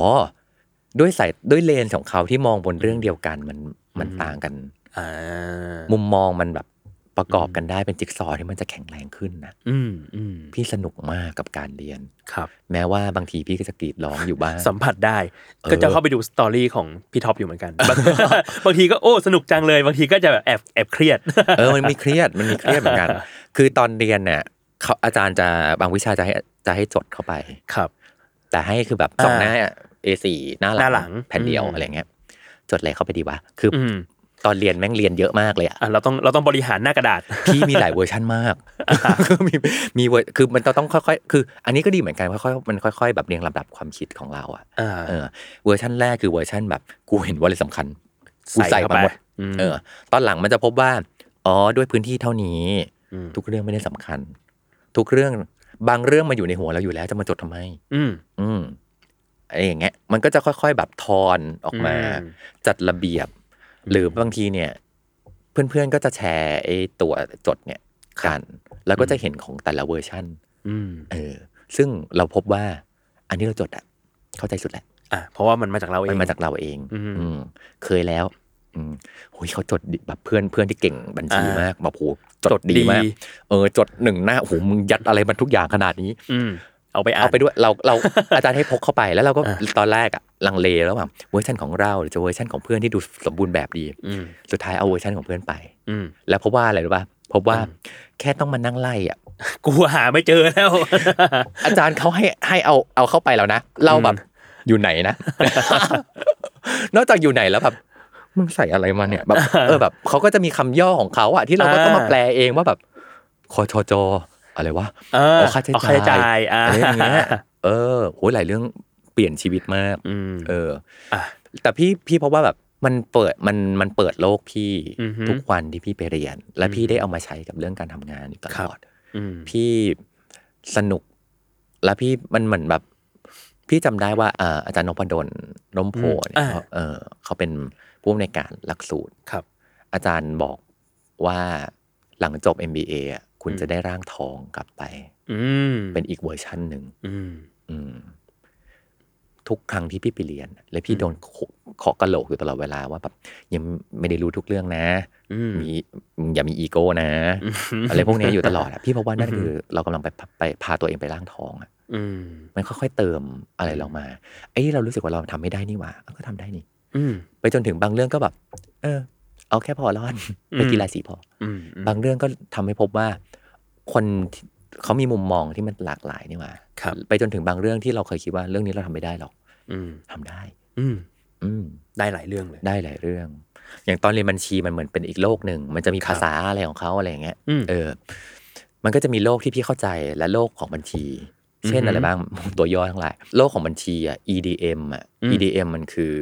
ด้วยสายด้วยเลนส์ของเขาที่มองบนเรื่องเดียวกันมันมัน อืม ต่างกัน อ่า มุมมองมันแบบประกอบกันได้เป็นจิ๊กซอว์ที่มันจะแข็งแรงขึ้นนะ อืมอืม พี่สนุกมากกับการเรียน ครับ แม้ว่าบางทีพี่ก็จะกรีดร้องอยู่บ้าง สัมผัสได้ เออ ก็จะเข้าไปดูสตอรี่ของพี่ท็อปอยู่เหมือน กัน บางบางทีก็โอ้สนุกจังเลย บางทีก็จะแบบแอบแอบเครียด เออมันมีเครียดมันมีเครียดเหมือนกัน คือตอนเรียนเนี่ยเขาอาจารย์จะบางวิชาจะให้จะให้จดเข้าไป ครับ แต่ให้คือแบบสองหน้า A4 หน้าหหลัง น้าหลัง แผ่นเดียว อืม อะไรเงี้ยจดอะไรเข้าไปดีวะคืออ อืม ตอนเรียนแม่งเรียนเยอะมากเลยอะ อ่ะเราต้องเราต้องบริหารหน้ากระดาษ พี่มีหลายเวอร์ชันมาก มีมีเวอร์คือมันต้องค่อยๆ คือ อันนี้ก็ดีเหมือนกันค่อยๆ มันค่อย ๆ แบบเรียงลำดับความคิดของเราอะ อ่า เออเวอร์ชั่นแรกคือเวอร์ชั่นแบบกูเห็นว่าอะไรสำคัญกูใส่ใส่มาหมดเข้าไปอืม เออ ตอนหลังมันจะพบว่าอ๋อด้วยพื้นที่เท่านี้ อืม ทุกเรื่องไม่ได้สำคัญ ทุกเรื่องบางเรื่องมาอยู่ในหัวเราอยู่แล้วจะมาจดทำไม อืม อืมอะไรอย่างเงี้ย มันก็จะค่อยๆ แบบทอนออกมา อืม จัดระเบียบ หรือบางทีเนี่ย เพื่อนๆก็จะแชร์ไอ้ตัวจดเนี่ยกัน แล้วก็จะเห็นของแต่ละเวอร์ชั่น อืม เออ ซึ่งเราพบว่า อันนี้เราจดอะเข้าใจสุดแหละ อ่ะเพราะว่ามันมาจากเราเอ มั ง นมาจากเราเอง อืม มเคยแล้ว อืมโหยเขาจดดิแบบเพื่อนเพื่อนที่เก่งบัญชี อ่าม มากแบบโหจดดีมาก เออ จดหนึ่งหน้าโหมึงยัดอะไรมันทุกอย่างขนาดนี้ อืม เอาไปอ่าน เอาไปด้วยเรา เรา อาจารย์ให้พกเข้าไปแล้วเราก็ อ่า ตอนแรกอะลังเลแล้วว่าเวอร์ชันของเราหรือจะเวอร์ชันของเพื่อนที่ดูสมบูรณ์แบบดี อืม สุดท้ายเอาเวอร์ชันของเพื่อนไป อืม แล้วพบว่าอะไรรู้ป่ะพบว่า อืม แค่ต้องมานั่งไล่อะ กูหาไม่เจอแล้ว อาจารย์เขาให้ให้เอาเอาเข้าไปแล้วนะ เราแบบอยู่ไหนนะ นอกจากอยู่ไหนแล้วแบบมึงใส่อะไรมาเนี่ย แบบเออแบบเขาก็จะมีคำย่อของเขาอะที่เราก็ต้องมา อ่า แปลเองว่าแบบคอชอจออะไรวะ เออ เอาค่าใช้ เอาค่าใช้ จ่า จ่าย ยอ่า อะไรอย่างเงี้ย เออโหหลายเรื่องเปลี่ยนชีวิตมาก อืม เออ อ่ะ แต่พี่พี่เพราะว่าแบบมันเปิดมันมันเปิดโลกพี่ อือฮึ ทุกวันที่พี่ไปเรียน และพี่ อืม ได้เอามาใช้กับเรื่องการทำงานอยู่ต ครั ล บ อด อืม พี่สนุก และพี่มันเหมือนแบบ พี่จำได้ว่าเอ่ออาจารย์นพดลร่มโพธิ์เนี่ย อืม เขา อ่า เออเขาเป็นผู้อำนวยการหลักสูตร ครับ อาจารย์บอกว่าหลังจบ MBA อะคุณ อืม จะได้ร่างทองกลับไป อืม เป็นอีกเวอร์ชันหนึ่ง อืม อืม ทุกครั้งที่พี่ไปเรียน และพี่โดนเคาะเคาะกระโหลกอยู่ตลอดเวลาว่าแบบยังไม่ได้รู้ทุกเรื่องนะ อืม มีอย่ามีอีโก้นะ อะไรพวกนี้อยู่ตลอดอะพี่เพราะว่านั่น อือฮึ คือเรากำลังไปพาไปพาตัวเองไปร่างทองอะ อืม มันค่อยๆเติมอะไรเรามาไอ้ที่เรารู้สึกว่าเราทำไม่ได้นี่หว่าก็ทำได้นี่ อืม ไปจนถึงบางเรื่องก็แบบ เออ เอาแค่พอรอด อืม ไปกีฬาสีพอ อืม อ บางเรื่องก็ทำให้พบว่า คนที่เขามีมุมมองที่มันหลากหลายนี่หว่า ครับ ไปจนถึงบางเรื่องที่เราเคยคิดว่าเรื่องนี้เราทำไม่ได้หรอก อืม ทำได้ อืม อืม ได้หลายเรื่องเลย ได้หลายเรื่อง อย่างตอนเรียนบัญชีมันเหมือนเป็นอีกโลกหนึ่ง มันจะมี ครับ ภาษาอะไรของเขาอะไรอย่างเงี้ย อืม เออ มันก็จะมีโลกที่พี่เข้าใจและโลกของบัญชี เช่น อือหืออ อะไรบ้าง ตัวย่อทั้งหลาย โลกของบัญชีอ่ะ EDM อ่ะ อืม EDM มันคือ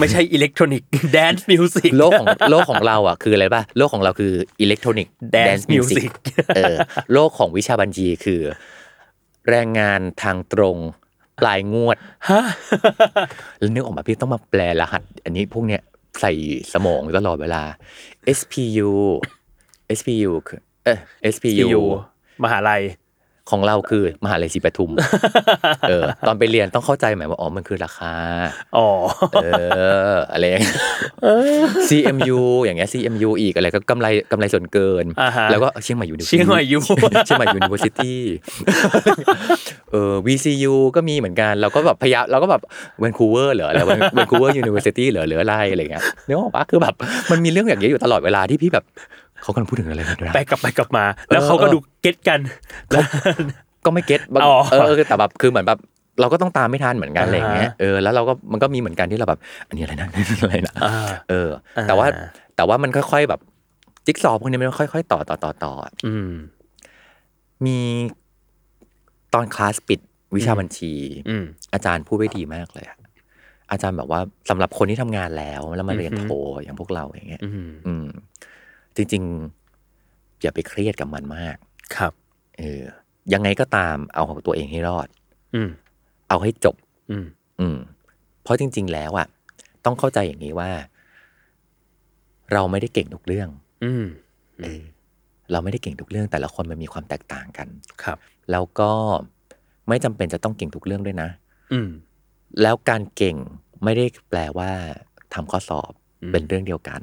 ไม่ใช่อิเล็กทรอนิกส์ แดนซ์มิวสิก โลกของโลกของเราอ่ะคืออะไรป่ะ โลกของเราคืออิเล็กทรอนิกส์ Dance music เออ โลกของวิชาบัญชีคือ แรงงานทางตรงปลายงวด ฮะ แล้วนึกออกมาพี่ต้องมาแปลรหัส อันนี้พวกเนี้ยใส่สมองตลอดเวลา SPU SPU คือเออ SPU มหาลัย ของเราคือ มหาลัยศรีปทุม เออ ตอนไปเรียนต้องเข้าใจหมายว่า อ๋อ มันคือราคา อ๋อ เออ อะไรอย่างเงี้ย CMU อย่างเงี้ย CMU อีกอะไรก็กำไรกำไรส่วนเกิน อ่าฮะ แล้วก็เชียงใหม่อยู่ เชียงใหม่ U เชียงใหม่ยูนิเวอร์ซิตี้ เออ VCU ก็มีเหมือนกัน เราก็แบบพยายามเราก็แบบเวนคูเวอร์เหรออะไรเวนคูเวอร์ยูนิเวอร์ซิตี้เหรอหรืออะไรอะไรเงี้ยนึกออกปะคือแบบมันมีเรื่องอย่างเงี้ยอยู่ตลอดเวลาที่พี่แบบเขากำลังพูดถึงอะไรกันนะ ไปกลับไปกลับมา แล้วเขาก็ เออ ดูเก็ตกัน ก็ไม่เก็ตบาง อ๋อ เออเออแต่แบบคือเหมือนแบบเราก็ต้องตามไม่ทันเหมือนกันอะไรเงี้ย อ่าฮะ เออแล้วเราก็มันก็มีเหมือนกันที่เราแบบ อันนี้อะไรนะ อะไรนะ อ่า เออ อ่า แต่ว่าแต่ว่ามันค่อยๆแบบ จิ๊กซอว์พวกนี้มันค่อยๆ ต่อต่อต่อต่ออะ อืม มีตอนคลาสปิดวิชาบัญชี อืม อาจารย์พูดไว้ดีมากเลยอะอาจารย์แบบว่าสำหรับคนที่ทำงานแล้วแล้วมาเรียน อือฮึ โทอย่างพวกเราอย่างเงี้ย อืม อืม จริง ๆ อย่าไปเครียดกับมันมาก ครับ เออ ยังไงก็ตามเอาของตัวเองให้รอด อืม เอาให้จบ อืม อืม เพราะจริง ๆ แล้วอะต้องเข้าใจอย่างนี้ว่า เราไม่ได้เก่งทุกเรื่อง อืม เออเราไม่ได้เก่งทุกเรื่องแต่ละคนมันมีความแตกต่างกัน ครับ แล้วก็ไม่จำเป็นจะต้องเก่งทุกเรื่องด้วยนะ อืม แล้วการเก่งไม่ได้แปลว่าทำข้อสอบ อืม เป็นเรื่องเดียวกัน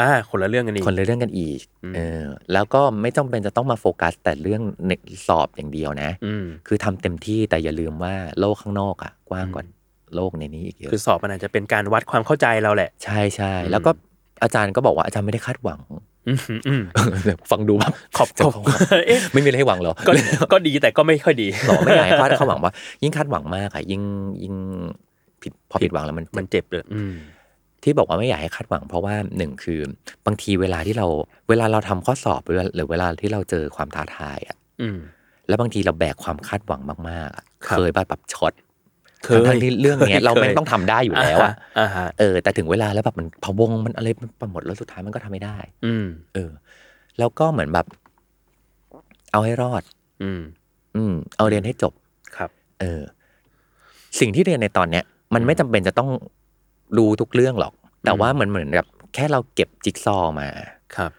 อ่า คนละเรื่องกันอีก คนละเรื่องกันอีก อืม เออแล้วก็ไม่จำเป็นจะต้องมาโฟกัส แต่เรื่องในสอบอย่างเดียวนะ อืม คือทำเต็มที่แต่อย่าลืมว่าโลกข้างนอกอะกว้าง อืม กว่าโลกในนี้อีกเยอะ คือสอบมันอาจจะเป็นการวัดความเข้าใจเราแหละ ใช่ใช่ อืม แล้วก็อาจารย์ก็บอกว่าอาจารย์ไม่ได้คาดหวัง อืมอืม ฟังดูแบบ ขอบ จะ ขอบเอ๊ะ ไม่มีอะไรให้หวังเหรอ ก็ก็ดีแต่ก็ไม่ค่อยดี หรอไม่อยากให้คาดเขาหวังว่า ยิ่งคาดหวังมากอะยิ่งยิ่งผิดพอผิดหวังแล้วมัน มันเจ็บเลยอืม ที่บอกว่าไม่อยากให้คาดหวัง เพราะว่าหนึ่งคือบางทีเวลาที่เรา เวลาเราทำข้อสอบหรือหรือเวลาที่เราเจอความท้าทายอะ อืม แล้วบางทีเราแบกความคาดหวังมากๆอะ ครับ เคยป่ะแบบช็อต เคย ทั้งๆที่เรื่องเนี้ยเราแม่งต้องทำได้อยู่แล้วอะ อ่าฮะ เออแต่ถึงเวลาแล้วแบบมันพะวงมันอะไรมันไปหมดแล้วสุดท้ายมันก็ทำไม่ได้ อืม เออ แล้วก็เหมือนแบบ เอาให้รอด อืม อืม เอาเรียนให้จบ ครับ เออ สิ่งที่เรียนในตอนเนี้ย มันไม่จำเป็นจะต้องรู้ทุกเรื่องหรอก แต่ว่ามันเหมือนกับแค่เราเก็บจิ๊กซอว์มา ครับ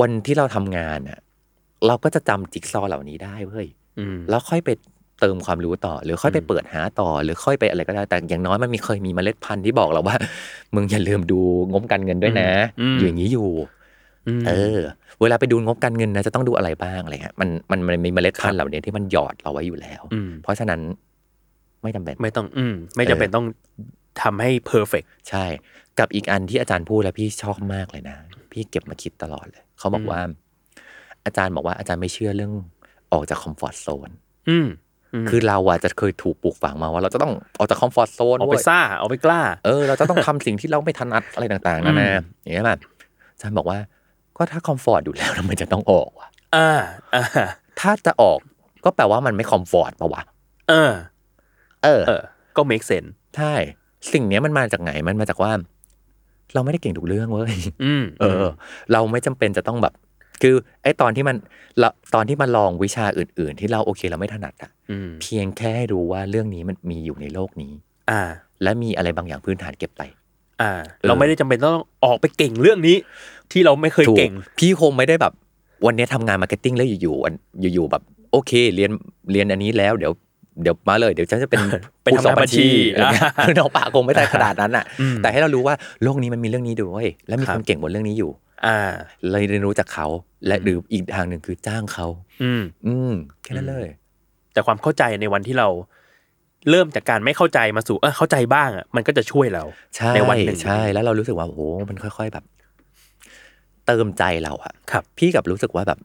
วันที่เราทำงานอ่ะ เราก็จะจำจิ๊กซอว์เหล่านี้ได้เว้ย อืม แล้วค่อยไปเติมความรู้ต่อ หรือค่อยไป อืม เปิดหาต่อ หรือค่อยไปอะไรก็ได้แต่อย่างน้อยมันมีเคยมีเมล็ดพันธุ์ที่บอกเราว่า มึงอย่าลืมดูงบการเงินด้วยนะอยู่อย่างนี้อยู่ ม เออ เวลาไปดูงบการเงินนะจะต้องดูอะไรบ้างอะไรเงี้ยมันมันมันมีเมล็ดพันธุ์เหล่านี้ที่มันหยอดเราไว้อยู่แล้ว อืม เพราะฉะนั้นไม่จำเป็น ไม่ต้อง อืม ไม่จำเป็นต้องทำให้เพอร์เฟก ใช่ กับอีกอันที่อาจารย์พูดแล้วพี่ชอบมากเลยนะ พี่เก็บมาคิดตลอดเลย เขาบอ อื ก ม ว่า อาจารย์บอกว่าอาจารย์ไม่เชื่อเรื่องออกจากคอมฟอร์ทโซน อืมม คือเราอะจะเคยถูกปลูกฝังมาว่า เราจะต้องออกจากคอมฟอร์ทโซน ออกไป เว้ย ซ่าออกไปกล้า เออ เราจะต้องทำสิ่งที่เราไม่ถนัดอะไรต่างๆนานา อืม อย่างเงี้ยแบบอาจารย์บอกว่า ก็ถ้าคอมฟอร์ตอยู่แล้วทำไมจะต้องออกวะ อ่า อ่า ถ้าจะออกก็แปลว่ามันไม่คอมฟอร์ตปะวะ เออ เออ เออ ก็ make sense ใช่สิ่งเนี้ยมันมาจากไหนมันมาจากว่า เราไม่ได้เก่งทุกเรื่องเว้ย อืม เออ เราไม่จำเป็นจะต้องแบบ คือไอ้ตอนที่มันละตอนที่มาลองวิชาอื่น ๆ ที่เราโอเคเราไม่ถนัดอะ อืม เพียงแค่ให้รู้ว่าเรื่องนี้มันมีอยู่ในโลกนี้ อ่า และมีอะไรบางอย่างพื้นฐานเก็บไป อ่า เออ เราไม่ได้จำเป็นต้องออกไปเก่งเรื่องนี้ ที่เราไม่เคย ถู เก่ง พี่คงไม่ได้แบบ วันนี้ทำงานมาร์เก็ตติ้งแล้วอยู่ๆวันอยู่ๆแบบ โอเค เรียนเรียนอันนี้แล้วเดี๋ยวเดี๋ยวมาเลย เดี๋ยวฉันจะเป็น ไปทำงาน ผู้สอ บัญชี อะไรเงี้ย อ่า น้องปะ คงไม่ได้ขนาดนั้นอ่ะ อืม แต่ให้เรารู้ว่าโลกนี้มันมีเรื่องนี้ด้วยและมี ครับ คนเก่งบนเรื่องนี้อยู่ อ่า เราเรียนรู้จากเขา และหรืออีกทางหนึ่งคือจ้างเขา อืม อืมแค่นั้นเลย แต่ความเข้าใจในวันที่เรา เริ่มจากการไม่เข้าใจมาสู่เออเข้าใจบ้างอ่ะมันก็จะช่วยเรา ใช่ ในวันหนึ่ง ใช่ แล้วเรารู้สึกว่าโอ้โหมันค่อย ๆแบบ เติมใจเราอะ ครับ พี่กลับรู้สึกว่าแบบ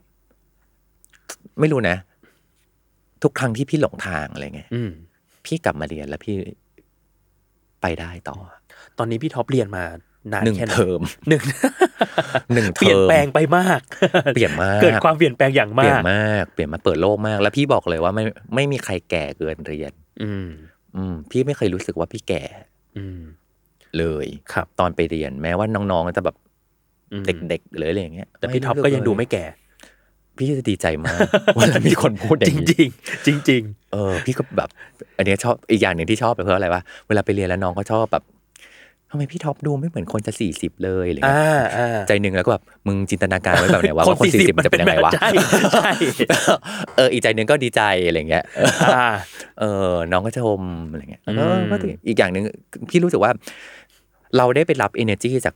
ไม่รู้นะ ทุกครั้งที่พี่หลงทางอะไรเงี้ย อืม พี่กลับมาเรียนแล้วพี่ไปได้ต่อ ตอนนี้พี่ท็อปเรียนมานาน หนึ่ง แค่ไห เทอม หนึ่ง หนึ่งเทอม เปลี่ยนแปลงไปมาก เปลี่ยนมาก เกิดความเปลี่ยนแปลงอย่าง เปลี่ มาย น ก มาก เปลี่ยนมาเปิดโลกมาก แล้วพี่บอกเลยว่าไม่ไม่มีใครแก่เกินเรียน อืม อืม พี่ไม่เคยรู้สึกว่าพี่แก่ อืม เลย ครับ ตอนไปเรียนแม้ว่าน้องๆจะแบบ อืม เด็กๆหรืออะไรอย่างเงี้ย แต่พี่ท็อปก็ยังดูไม่แก่ พี่จะดีใจม ากเวลามีคนพูดอ จ ย่า ริ ง งจนี้ริงๆจริงจริง เออพี่ก็แบบ อันเนี้ยชอบอีกอย่างหนึ่งที่ชอบไปเพราะอะไรวะเวลาไปเรียนแล้วน้องก็ชอบแบบทำไมพี่ท็อปดูไม่เหมือนคนจะสี่สิบเลยอะไร ๆ อ่า เงี้ย อ่า ใจหนึ่งแล้วก็แบบมึงจินตนาการไว้แบบไหนวะว่าคนสี่สิบมันจะเป็นยังไงวะ ใช่ใช่ เอออีกใจหนึ่งก็ดีใจอะไรเงี้ย อ่า เออน้องก็ชมอะไรเงี้ยแล้วก็ อืม ก็ถึงอีกอย่างหนึ่งพี่รู้สึกว่า เราได้ไปรับ energy จาก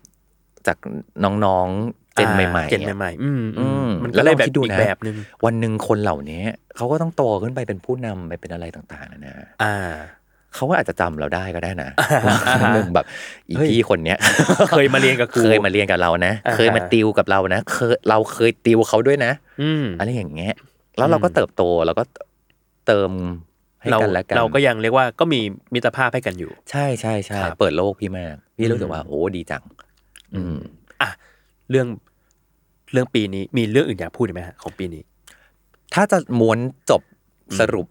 จากน้องๆเจนใหม่ๆ เจน อะ ใหม่ๆอืมอืม อืม มัน แล้ ก็ ว เล เรา ยแบบ คิดดู อีก นะ แบบหนึ่ง วันหนึ่งคนเหล่านี้เขาก็ต้องโตขึ้นไปเป็นผู้นำไปเป็นอะไรต่างๆนะนะ อ่า เขาก็อาจจะจำเราได้ก็ได้นะ อ่า ว่ามุมแบบอี เฮ้ย พี่คนเนี้ย เคยมาเรียนกับกู เคยมาเรียนกับเรานะ อ่าฮะ เคยมาติวกับเรานะเคยเราเคยติวเขาด้วยนะ อืม อะไรอย่างเงี้ยแล้วเราก็เติบโตเราก็เติมให้ เรา กันและกัน เราก็ยังเรียกว่าก็มีมิตรภาพให้กันอยู่ ใช่ใช่ใช่ ครับ เปิดโลกพี่มาก พี่ อื รู้ ม สึกว่าโอ้ดีจัง อืม อ่ะเรื่องเรื่องปีนี้มีเรื่องอื่นอยากพูดอีกไหมฮะของปีนี้ ถ้าจะม้วนจบสรุป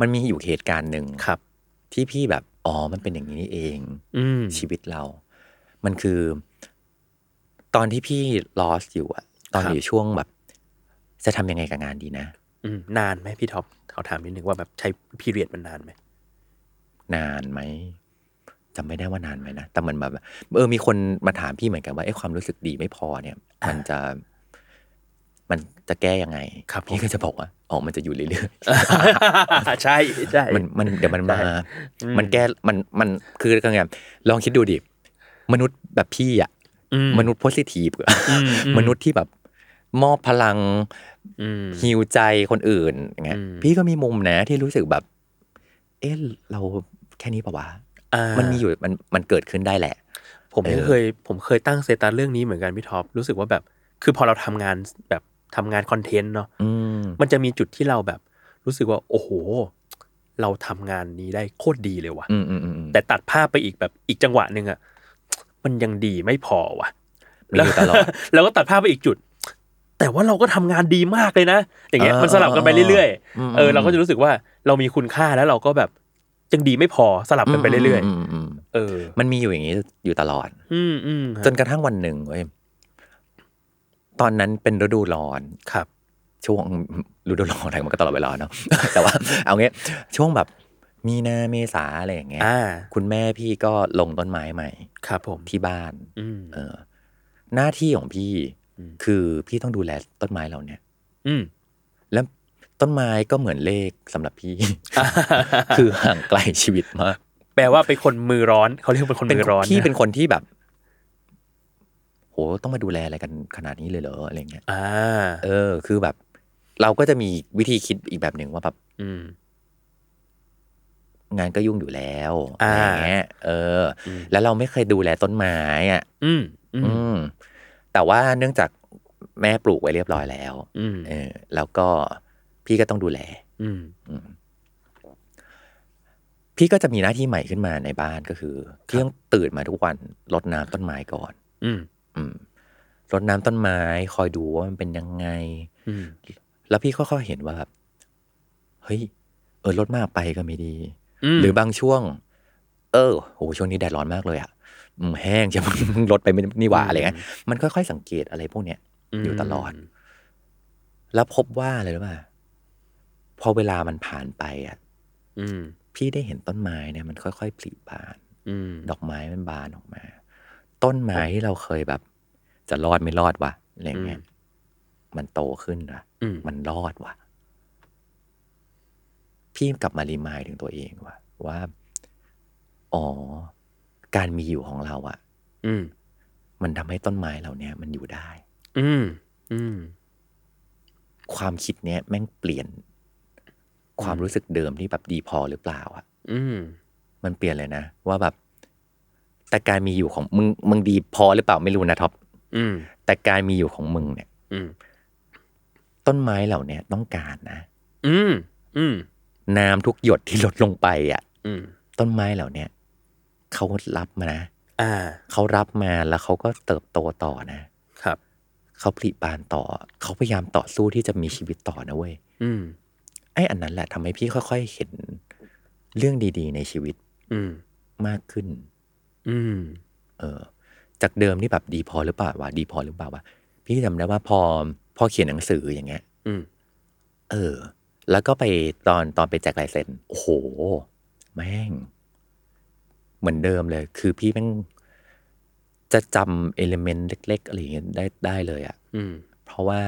มันมีอยู่เหตุการณ์หนึ่ง ครับ ที่พี่แบบอ๋อมันเป็นอย่างนี้นี่เอง อืม ชีวิตเรา มันคือ ตอนที่พี่ลอสอยู่อะตอนอยู่ช่วงแบบ จะทำยังไงกับงานดีนะ อืมนานไหมพี่ท็อปเขาถามนิดนึงว่าแบบใช้พีเรียดมันนานไหม นานไหมจำไม่ได้ว่านานไหมนะแต่เหมือนแบบเออมีคนมาถามพี่เหมือนกันว่าไอ้ความรู้สึกดีไม่พอเนี่ย มันจะ มันจะแก้ยังไง ครับผม พี่ก็จะบอกว่าอ๋อมันจะอยู่เรื่อย ใช่ใช่ ๆมันมันเดี๋ยวมันมา ใช่อืม มันแก้มันมันคือยังไงลองคิดดูดิมนุษย์แบบพี่อะ อื มนุษย์โพสิทีฟ อือื มนุษย์ที่แบบ มอบพลัง อืม ฮิวใจคนอื่นอย่างเงี้ย อืม พี่ก็มีมุมนะที่รู้สึกแบบ เออเราแค่นี้ปะวะ อ่า มันมีอยู่มันมันเกิดขึ้นได้แหละ ผม เออ เคย ผมเคยตั้งสเซตัสเรื่องนี้เหมือนกันพี่ท็อปรู้สึกว่าแบบ คือพอเราทำงานแบบทำงานคอนเทนต์เนาะ อืม มันจะมีจุดที่เราแบบ รู้สึกว่า โอ้โห เราทำงานนี้ได้โคตรดีเลยว่ะ อืมอืมอืมอืม แต่ตัดภาพไปอีกแบบอีกจังหวะหนึ่งอะมันยังดีไม่พอว่ะ มีอยู่ตลอด แล้วก็ตัดภาพไปอีกจุด แต่ว่าเราก็ทำงานดีมากเลยนะ อย่างเงี้ย อ่ามั มันสลับกันไปเรื่อย อืม ๆ เออ อืม เราก็จะรู้สึกว่าเรามีคุณค่าแล้วเราก็แบบยังดีไม่พอสลับกันไปเรื่อย มมม ๆ เออ มันมีอยู่อย่างนี้อยู่ตลอด อืมอืม จนกระทั่งวันหนึ่งเว้ยตอนนั้นเป็นฤดูร้อน ครับ ช่วง ฤดูร้อนอะไรมันก็ตลอดเวลาเนาะ แต่ว่า เอางี้ช่วงแบบมีนาเมษาอะไรอย่างเงี้ย อ่า คุณแม่พี่ก็ลงต้นไม้ใหม่ ครับผม ที่บ้าน อืม เออ หน้าที่ของพี่ อืม คือพี่ต้องดูแลต้นไม้เราเนี่ย อืม แล้วต้นไม้ก็เหมือนเลขสำหรับ พี่ คือห่างไกลชีวิตมาก แปลว่าเป็นคนมือร้อนเขาเรียกเป็นคน เป็น มือร้อพี่นะ เป็นคนที่แบบ โหต้องมาดูแลอะไรกันขนาดนี้เลยเหรออะไรเงี้ย อ่า เออ คือแบบ เราก็จะมีวิธีคิดอีกแบบหนึ่งว่าแบบ อืม งานก็ยุ่งอยู่แล้วอะ อ่า ไรเงี้ยเอออ ม แล้วเราไม่เคยดูแลต้นไม้อ่ะ อืม อืม อืม แต่ว่าเนื่องจากแม่ปลูกไว้เรียบร้อยแล้ว อืม เออ แล้วก็พี่ก็ต้องดูแล อืม อืมพี่ก็จะมีหน้าที่ใหม่ขึ้นมาในบ้านก็คือพี่ต้องตื่นมาทุกวันรดน้ำต้นไม้ก่อน อืม อืมรดน้ำต้นไม้ คอยดูว่ามันเป็นยังไง อืม แล้วพี่ค่อยๆเห็นว่าแบบเฮ้ย เออรดมากไปก็ไม่ดี อืม หรือบางช่วง เออโหช่วงนี้แดดร้อนมากเลยอ่ะอืมแห้ง จะ รดไปไม่นี่หว่าอะไรเงี้ยมันค่อยๆสังเกตอะไรพวกเนี้ย อยู่ตลอด แล้วพบว่าอะไรรู้ป่ะพอเวลามันผ่านไปอ่ะ อืม พี่ได้เห็นต้นไม้เนี่ยมันค่อยๆผลิบาน อืม ดอกไม้มันบานออกมา ต้นไม้ที่เราเคยแบบ จะรอดไม่รอดวะอะไรเงี้ย อืม มันโตขึ้นวะ อืม มันรอดวะพี่กลับมารีมายด์ถึงตัวเองวะว่า อ๋อ การมีอยู่ของเราอะ อืม มันทำให้ต้นไม้เราเนี่ย มันอยู่ได้ อืม อืม ความคิดเนี้ยแม่งเปลี่ยน ความรู้สึกเดิมที่แบบดีพอหรือเปล่าอะ อืม มันเปลี่ยนเลยนะ ว่าแบบ แต่การมีอยู่ของมึงมึงดีพอหรือเปล่าไม่รู้นะท็อป อืม แต่การมีอยู่ของมึงเนี่ย อืม ต้นไม้เหล่าเนี้ยต้องการนะ อืม อืม น้ำทุกหยดที่ลดลงไปอ่ะ อืม ต้นไม้เหล่าเนี้ยเขารับมานะ อ่า เขารับมาแล้วเขาก็เติบโตต่อนะครับ เขาผลิบานต่อ เขาพยายามต่อสู้ที่จะมีชีวิตต่อนะเว้ย อืม ไอ้อันนั้นแหละทำให้พี่ค่อย ๆ เห็นเรื่องดีๆ ในชีวิต อืม มากขึ้น อืม เออ จากเดิมที่แบบดีพอหรือเปล่าวะดีพอหรือเปล่าวะพี่จำได้ว่าพอพอเขียนหนังสืออย่างเงี้ย อืม เออ แล้วก็ไปตอนตอนไปแจกลายเซ็นโอ้โห แม่ง เหมือนเดิมเลย คือพี่แม่งจะจำเอลิเมนต์เล็ก ๆ อะไรอย่างเงี้ยได้ได้เลยอะ อืม เพราะว่า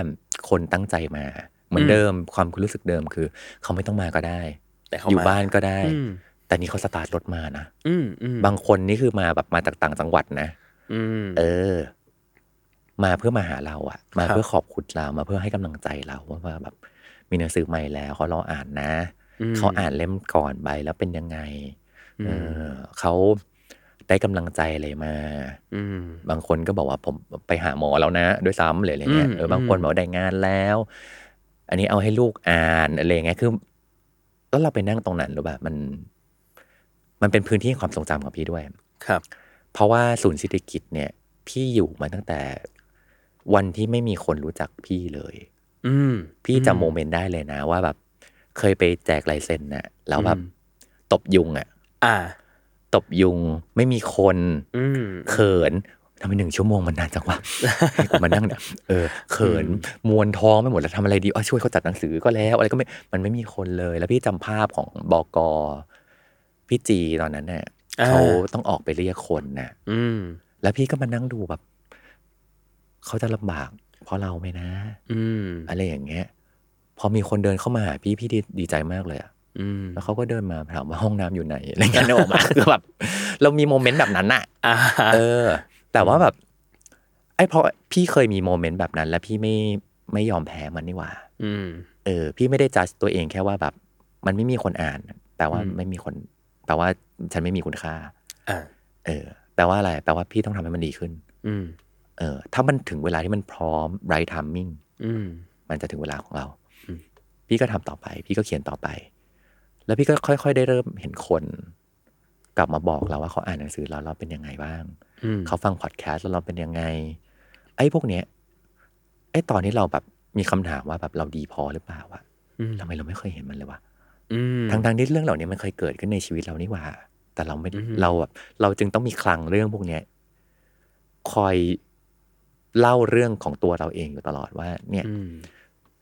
คนตั้งใจมา เหมือนเดิมความรู้สึกเดิมคือ เขาไม่ต้องมาก็ได้ แต่เขา อยู่ ม บ้านก็ได้ อืม แต่นี่เขาสตาร์ทรถมานะ อืม อืม บางคนนี่คือมาแบบมาจากต่างจังหวัดนะ อืม เออ มาเพื่อมาหาเราอะมา ครับ เพื่อขอบคุณเรา มาเพื่อให้กำลังใจเราว่าว่าแบบ มีหนังสือใหม่แล้วเขารออ่านนะ ม เขาอ่านเล่มก่อนไปแล้วเป็นยังไง อืม เออเขาได้กำลังใจอะไรมา อืม บางคนก็บอกว่าผมไปหาหมอแล้วนะ ด้วยซ้ำหรืออะไรเงี้ย อืม เออบางคน อืม บอกว่าได้งานแล้ว อันนี้เอาให้ลูกอ่านอะไรเงี้ยคือแล้วเราไปนั่งตรงนั้นหรือแบบมัน มันเป็นพื้นที่แห่งความทรงจำของพี่ด้วย ครับ เพราะว่าศูนย์เศรษฐกิจเนี่ย พี่อยู่มาตั้งแต่วันที่ไม่มีคนรู้จักพี่เลย อืม พี่จำโมเมนต์ได้เลยนะ ว่าแบบ เคยไปแจกลายเซ็นน่ะ แล้วแบบ อืม ตบยุงอ่ะ อ่า ตบยุงไม่มีคน อืม เขินทำไมหนึ่งชั่วโมงมันนานจังวะ ให้กูมานั่งเนี่ยเออเขินมวนท้องไม่หมดแล้วทำอะไรดีอ๋อช่วยเขาจัดหนังสือก็แล้ว อะไรก็ไม่มันไม่มีคนเลย แล้วพี่จำภาพของบกพี่จีตอนนั้นเนี่ย อ่า เขาต้องออกไปเรียกคนน่ะ อืม แล้วพี่ก็มานั่งดูแบบ เขาจะลำบาก เพราะเราไหมนะ อืม อะไรอย่างเงี้ย พอมีคนเดินเข้ามาหาพี่พี่ดีดีใจมากเลยอะ อืม แล้วเขาก็เดินมาถามว่าห้องน้ำอยู่ไหนอะไรเงี้ยนึกออกมาคือแบบเรามีโมเมนต์แบบนั้นอะ อ่า เออ แต่ว่าแบบ ไอ้เพราะพี่เคยมีโมเมนต์แบบนั้น แล้วพี่ไม่ไม่ยอมแพ้มันนี่หว่า อืม เออ พี่ไม่ได้จัดตัวเองแค่ว่าแบบ มันไม่มีคนอ่านแปลว่า อืม ไม่มีคนแปลว่าฉันไม่มีคุณค่า อ่า เออ แปลว่าอะไร แปลว่าพี่ต้องทำให้มันดีขึ้น อืม เออถ้ามันถึงเวลาที่มันพร้อม right timing อืม มันจะถึงเวลาของเรา อืม พี่ก็ทำต่อไป พี่ก็เขียนต่อไป แล้วพี่ก็ค่อยๆ ได้เริ่มเห็นคน กลับมาบอกเราว่าเขาอ่านหนังสือเราเราเป็นยังไงบ้าง อืม เขาฟังพอดแคสต์แล้วเราเป็นยังไง ไอ้พวกเนี้ยไอ้ตอนที่เราแบบมีคำถามว่าแบบเราดีพอหรือเปล่าวะ อืม ทำไมเราไม่เคยเห็นมันเลยวะ อืม ทั้งๆที่เรื่องเหล่านี้มันเคยเกิดขึ้นในชีวิตเรานี่หว่า แต่เราไม่ อืม เราแบบเราจึงต้องมีคลังเรื่องพวกเนี้ยคอยเล่าเรื่องของตัวเราเองอยู่ตลอดว่า เนี่ย อืม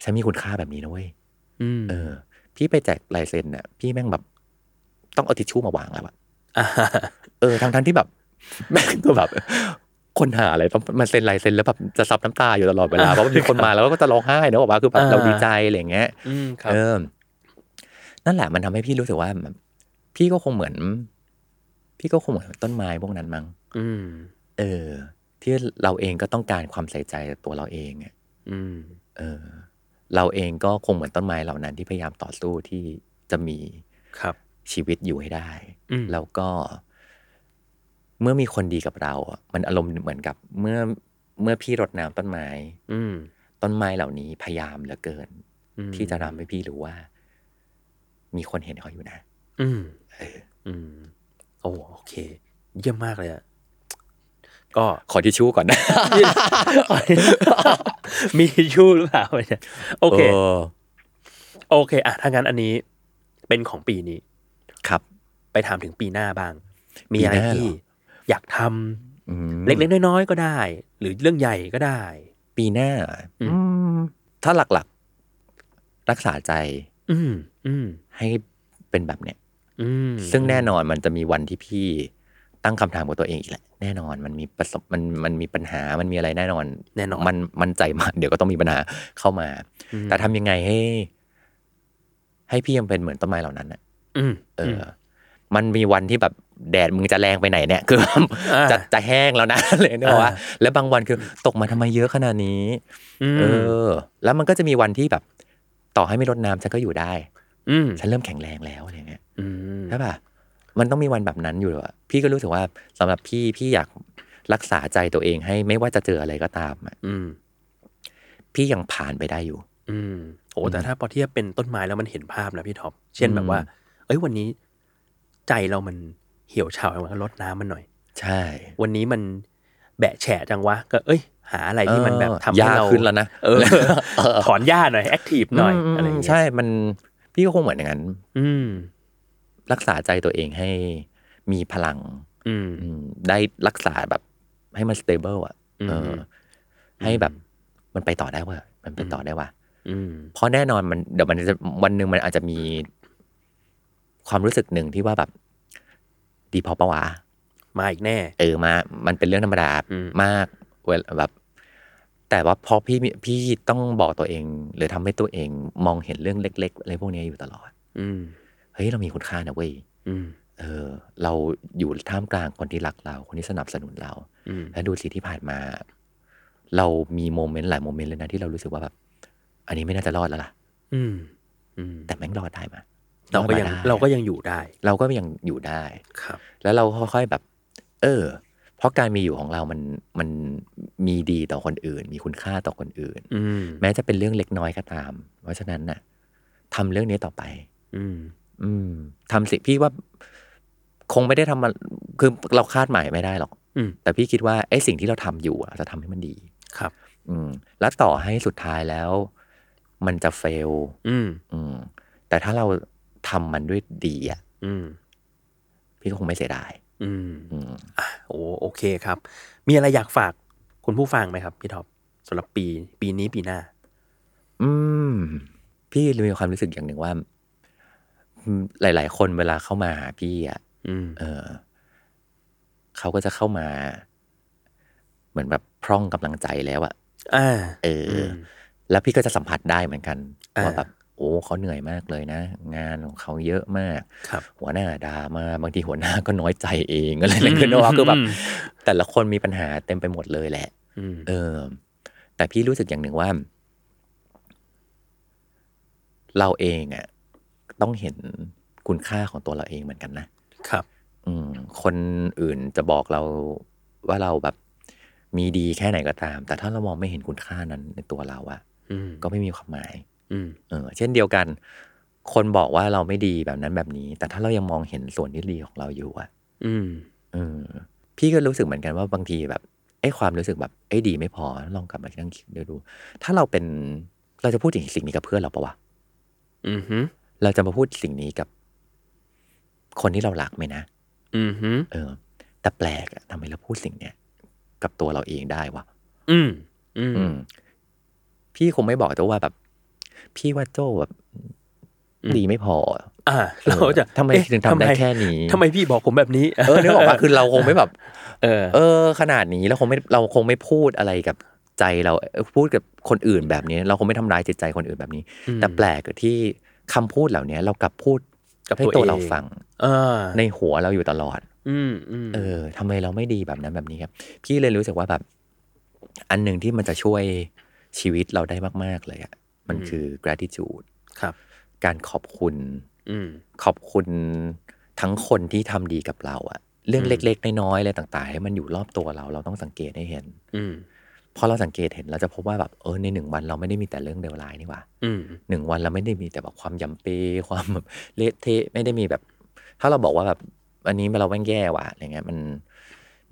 ฉันมีคุณค่าแบบนี้นะเว้ย อืม เออ พี่ไปแจกลายเซ็นน่ะ พี่แม่งแบบ ต้องเอาทิชชู่มาวางแล้วอะ อ่า เออทั้งทั้งๆที่แบบ แม่งก็แบบ คนหาอะไรต้องมาเซ็นลายเซ็นแล้วแบบจะซับน้ำตาอยู่ตลอดเวลา เพราะว่ามีคนมาแล้วก็จะร้องไห้นะบอกว่าคือแบบ อ่า เราดีใจอะไรอย่างเงี้ย อืม ครับ เออ นั่นแหละมันทำให้พี่รู้สึกว่าแบบพี่ก็คงเหมือน พี่ก็คงเหมือนต้นไม้พวกนั้นมั้ง อืม เออ ที่เราเองก็ต้องการความใส่ใจจากตัวเราเองอะ อืม เออเราเองก็คงเหมือนต้นไม้เหล่านั้นที่พยายามต่อสู้ที่จะมี ครับ ชีวิตอยู่ให้ได้ อืม แล้วก็ เมื่อมีคนดีกับเราอะมันอารมณ์เหมือนกับ เมื่อเมื่อพี่รดน้ำต้นไม้ อืม ต้นไม้เหล่านี้พยายามเหลือเกิน อืม ที่จะทำให้พี่รู้ว่า มีคนเห็นเขาอยู่นะ อืม เออ อืม โอ้ โอเค เยี่ยมมากเลยอะก็ ขอทิชชู่ก่อนนะ มีทิชชู่หรือเปล่าเนี่ยโอเค อ โอเคอ่ะถ้างั้นอันนี้เป็นของปีนี้ ครับ ไปถามถึงปีหน้าบ้าง มีอะไร ปีหน้าเหรอ ที่อยากทำ อืม เล็กๆน้อยๆก็ได้ หรือเรื่องใหญ่ก็ได้ ปีหน้า อืม อืม ถ้าหลักๆ รักษาใจ อืม อืม ให้เป็นแบบเนี้ย อืม ซึ่งแน่นอนมันจะมีวันที่พี่ตั้งคำถามกับตัวเองอีกแหละแน่นอนมันมีประสบมันมันมีปัญหามันมีอะไรแน่นอน แน่นอน มันมันใจมาก เดี๋ยวก็ต้องมีปัญหาเข้ามา อืม แต่ทำยังไงให้ ให้พี่ยังเป็นเหมือนต้นไม้เหล่านั้นน่ะ อืม เอออมันมีวันที่แบบแดดมึงจะแรงไปไหนเนี่ย คือ อ่า จะจะแห้งแล้วนะ เลยนึกออกว่า อ่า แล้วบางวันคือตกมาทำไมเยอะขนาดนี้ ม เออ แล้วมันก็จะมีวันที่แบบ ต่อให้ไม่รดน้ำฉันก็อยู่ได้ อืม ฉันเริ่มแข็งแรงแล้วอะไรเงี้ย อืม ใช่ป่ะมันต้องมีวันแบบนั้นอยู่แล้วอะพี่ก็รู้สึกว่าสำหรับพี่พี่อยากรักษาใจตัวเองให้ไม่ว่าจะเจออะไรก็ตามอะ อืม พี่ยังผ่านไปได้อยู่ อืมโอ้แต่ถ้าพอเทียบเป็นต้นไม้แล้วมันเห็นภาพนะพี่ท็อปเช่นแบบว่า เอ้ยวันนี้ ใจเรามันเหี่ยวเฉาจังวะลดน้ำมันหน่อย ใช่ วันนี้มันแบะแฉะจังวะ ก็เอ้ย หาอะไรที่มันแบบ เออ ทำให้เรา ยากขึ้นแล้วนะ เออ เออ ถอนหญ้าหน่อยแอคทีฟหน่อยอะไรอย่างเงี้ย ใช่มันพี่ก็คงเหมือนอย่างนั้น อืม รักษาใจตัวเองให้มีพลัง อืม อืมได้รักษาแบบให้มันสเตเบิลอ่ะ อืม เอออ ม ให้แบบมันไปต่อได้ว่ามันไปต่อได้ว่า อืม เพราะแน่นอนมันเดี๋ยวมันจะวันหนึ่งมันอาจจะมีความรู้สึกหนึ่งที่ว่าแบบดีพอปะวะ มาอีกแน่ เออมา มันเป็นเรื่องธรรมดา อืม มากเวลาแบบ แต่ว่าพอพี่มีพี่ต้องบอกตัวเอง หรือทำให้ตัวเองมองเห็นเรื่องเล็กๆอะไรพวกนี้อยู่ตลอด อืม เฮ้ยเรามีคุณค่านะเว้ย อืม เออ เราอยู่ท่ามกลางคนที่รักเรา คนที่สนับสนุนเรา อืม แล้วดูสิที่ผ่านมา เรามีโมเมนต์หลายโมเมนต์เลยนะที่เรารู้สึกว่าแบบ อันนี้ไม่น่าจะรอดแล้วล่ะ อืม อืม แต่แม่งรอดได้มา เราก็ยัง อดมได้ เราก็ยังอยู่ได้ เราก็ยังอยู่ได้ ครับ แล้วเราค่อยๆแบบ เออ เพราะการมีอยู่ของเรามันมันมีดีต่อคนอื่น มีคุณค่าต่อคนอื่น อืม แม้จะเป็นเรื่องเล็กน้อยก็ตาม เพราะฉะนั้นน่ะทำเรื่องนี้ต่อไป อืม อืมทำสิพี่ว่าคงไม่ได้ทำมันคือเราคาดหมายไม่ได้หรอก อืม แต่พี่คิดว่าไอ้สิ่งที่เราทำอยู่อะเราจะทำให้มันดี ครับ อืมแล้วต่อให้สุดท้ายแล้ว มันจะเฟล อืม อืม แต่ถ้าเราทำมันด้วยดีอ่ะ อืม พี่ก็คงไม่เสียดาย อืม อืม โอ้โอเคครับ มีอะไรอยากฝากคุณผู้ฟังไหมครับ พี่ท็อปสำหรับปี ปีนี้ปีหน้า อืม พี่มีความรู้สึกอย่างหนึ่งว่าอืมหลาย ๆ คนเวลาเข้ามาหาพี่อ่ะ อืม เออ เขาก็จะเข้ามา เหมือนแบบพร่องกำลังใจแล้วอะ อ่า เอออ แล้วพี่ก็จะสัมผัสได้เหมือนกัน อ่า ว่าแบบโอ้เขาเหนื่อยมากเลยนะ งานของเขาเยอะมาก ครับ หัวหน้าด่ามาบางทีหัวหน้าก็น้อยใจเองอะไรอะไรก็นอกคือแบบ อืม แต่ละคนมีปัญหาเต็มไปหมดเลยแหละ อืม เออ แต่พี่รู้สึกอย่างหนึ่งว่า เราเองอ่ะ ต้องเห็นคุณค่าของตัวเราเองเหมือนกันนะ ครับ อืม คนอื่นจะบอกเราว่าเราแบบมีดีแค่ไหนก็ตาม แต่ถ้าเรามองไม่เห็นคุณค่านั้นในตัวเราอะ อืม ก็ไม่มีความหมาย อืม เออเช่นเดียวกัน คนบอกว่าเราไม่ดีแบบนั้นแบบนี้ แต่ถ้าเรายังมองเห็นส่วนที่ดีของเราอยู่อะ อืม เออพี่ก็รู้สึกเหมือนกันว่าบางทีแบบไอ้ความรู้สึกแบบไอ้ยดีไม่พอลองกลับมานั่งคิดดู ถ้าเราเป็นเราจะพูดถึงสิ่งนี้กับเพื่อนเราปะวะ อืมฮึ เราจะมาพูดสิ่งนี้กับ คนที่เรารักไหมนะ อืมฮึ เออ แต่แปลกอะทำไมเราพูดสิ่งเนี้ยกับตัวเราเองได้วะ อืม อืม อืม พี่คงไม่บอกแต่ว่าแบบ พี่ว่าโจ้แบบ อืม ดีไม่พอ อ่า เราก็จะ เออทำไม เอ๊ะ ถึงทำได้แค่นี้ ทำไมพี่บอกผมแบบนี้ เออนึกออกปะคือเราคงไม่แบบ เออ เออ ขนาดนี้เราคงไม่เราคงไม่พูดอะไรกับใจเราเออพูดกับคนอื่นแบบนี้ เราคงไม่ทำร้ายจิตใจคนอื่นแบบนี้ อืม แต่แปลกที่คำพูดเหล่านี้เรากลับพูด กับ ให้ ตัว ตัว เอง เราฟัง เออ ในหัวเราอยู่ตลอด อืมอืม เออทำไมเราไม่ดีแบบนั้นแบบนี้ครับ พี่เลยรู้สึกว่าแบบ อันหนึ่งที่มันจะช่วยชีวิตเราได้มาก ๆ เลยอะมันคือ gratitude ครับ การขอบคุณ อืม ขอบคุณทั้งคนที่ทำดีกับเราอะเรื่องเล็กๆน้อยๆอะไรต่างๆให้มันอยู่รอบตัวเราเราต้องสังเกตให้เห็น อืม พอเราสังเกตเห็นเราจะพบว่าแบบเออในหนึ่งวันเราไม่ได้มีแต่เรื่องเลวร้ายนี่หว่า อืม หนึ่งวันเราไม่ได้มีแต่แบบความย ำเปความแบบเละเทะไม่ได้มีแบบ ถ้าเราบอกว่าแบบอันนี้เราแม่งแย่ว่ะอะไรเงี้ยมัน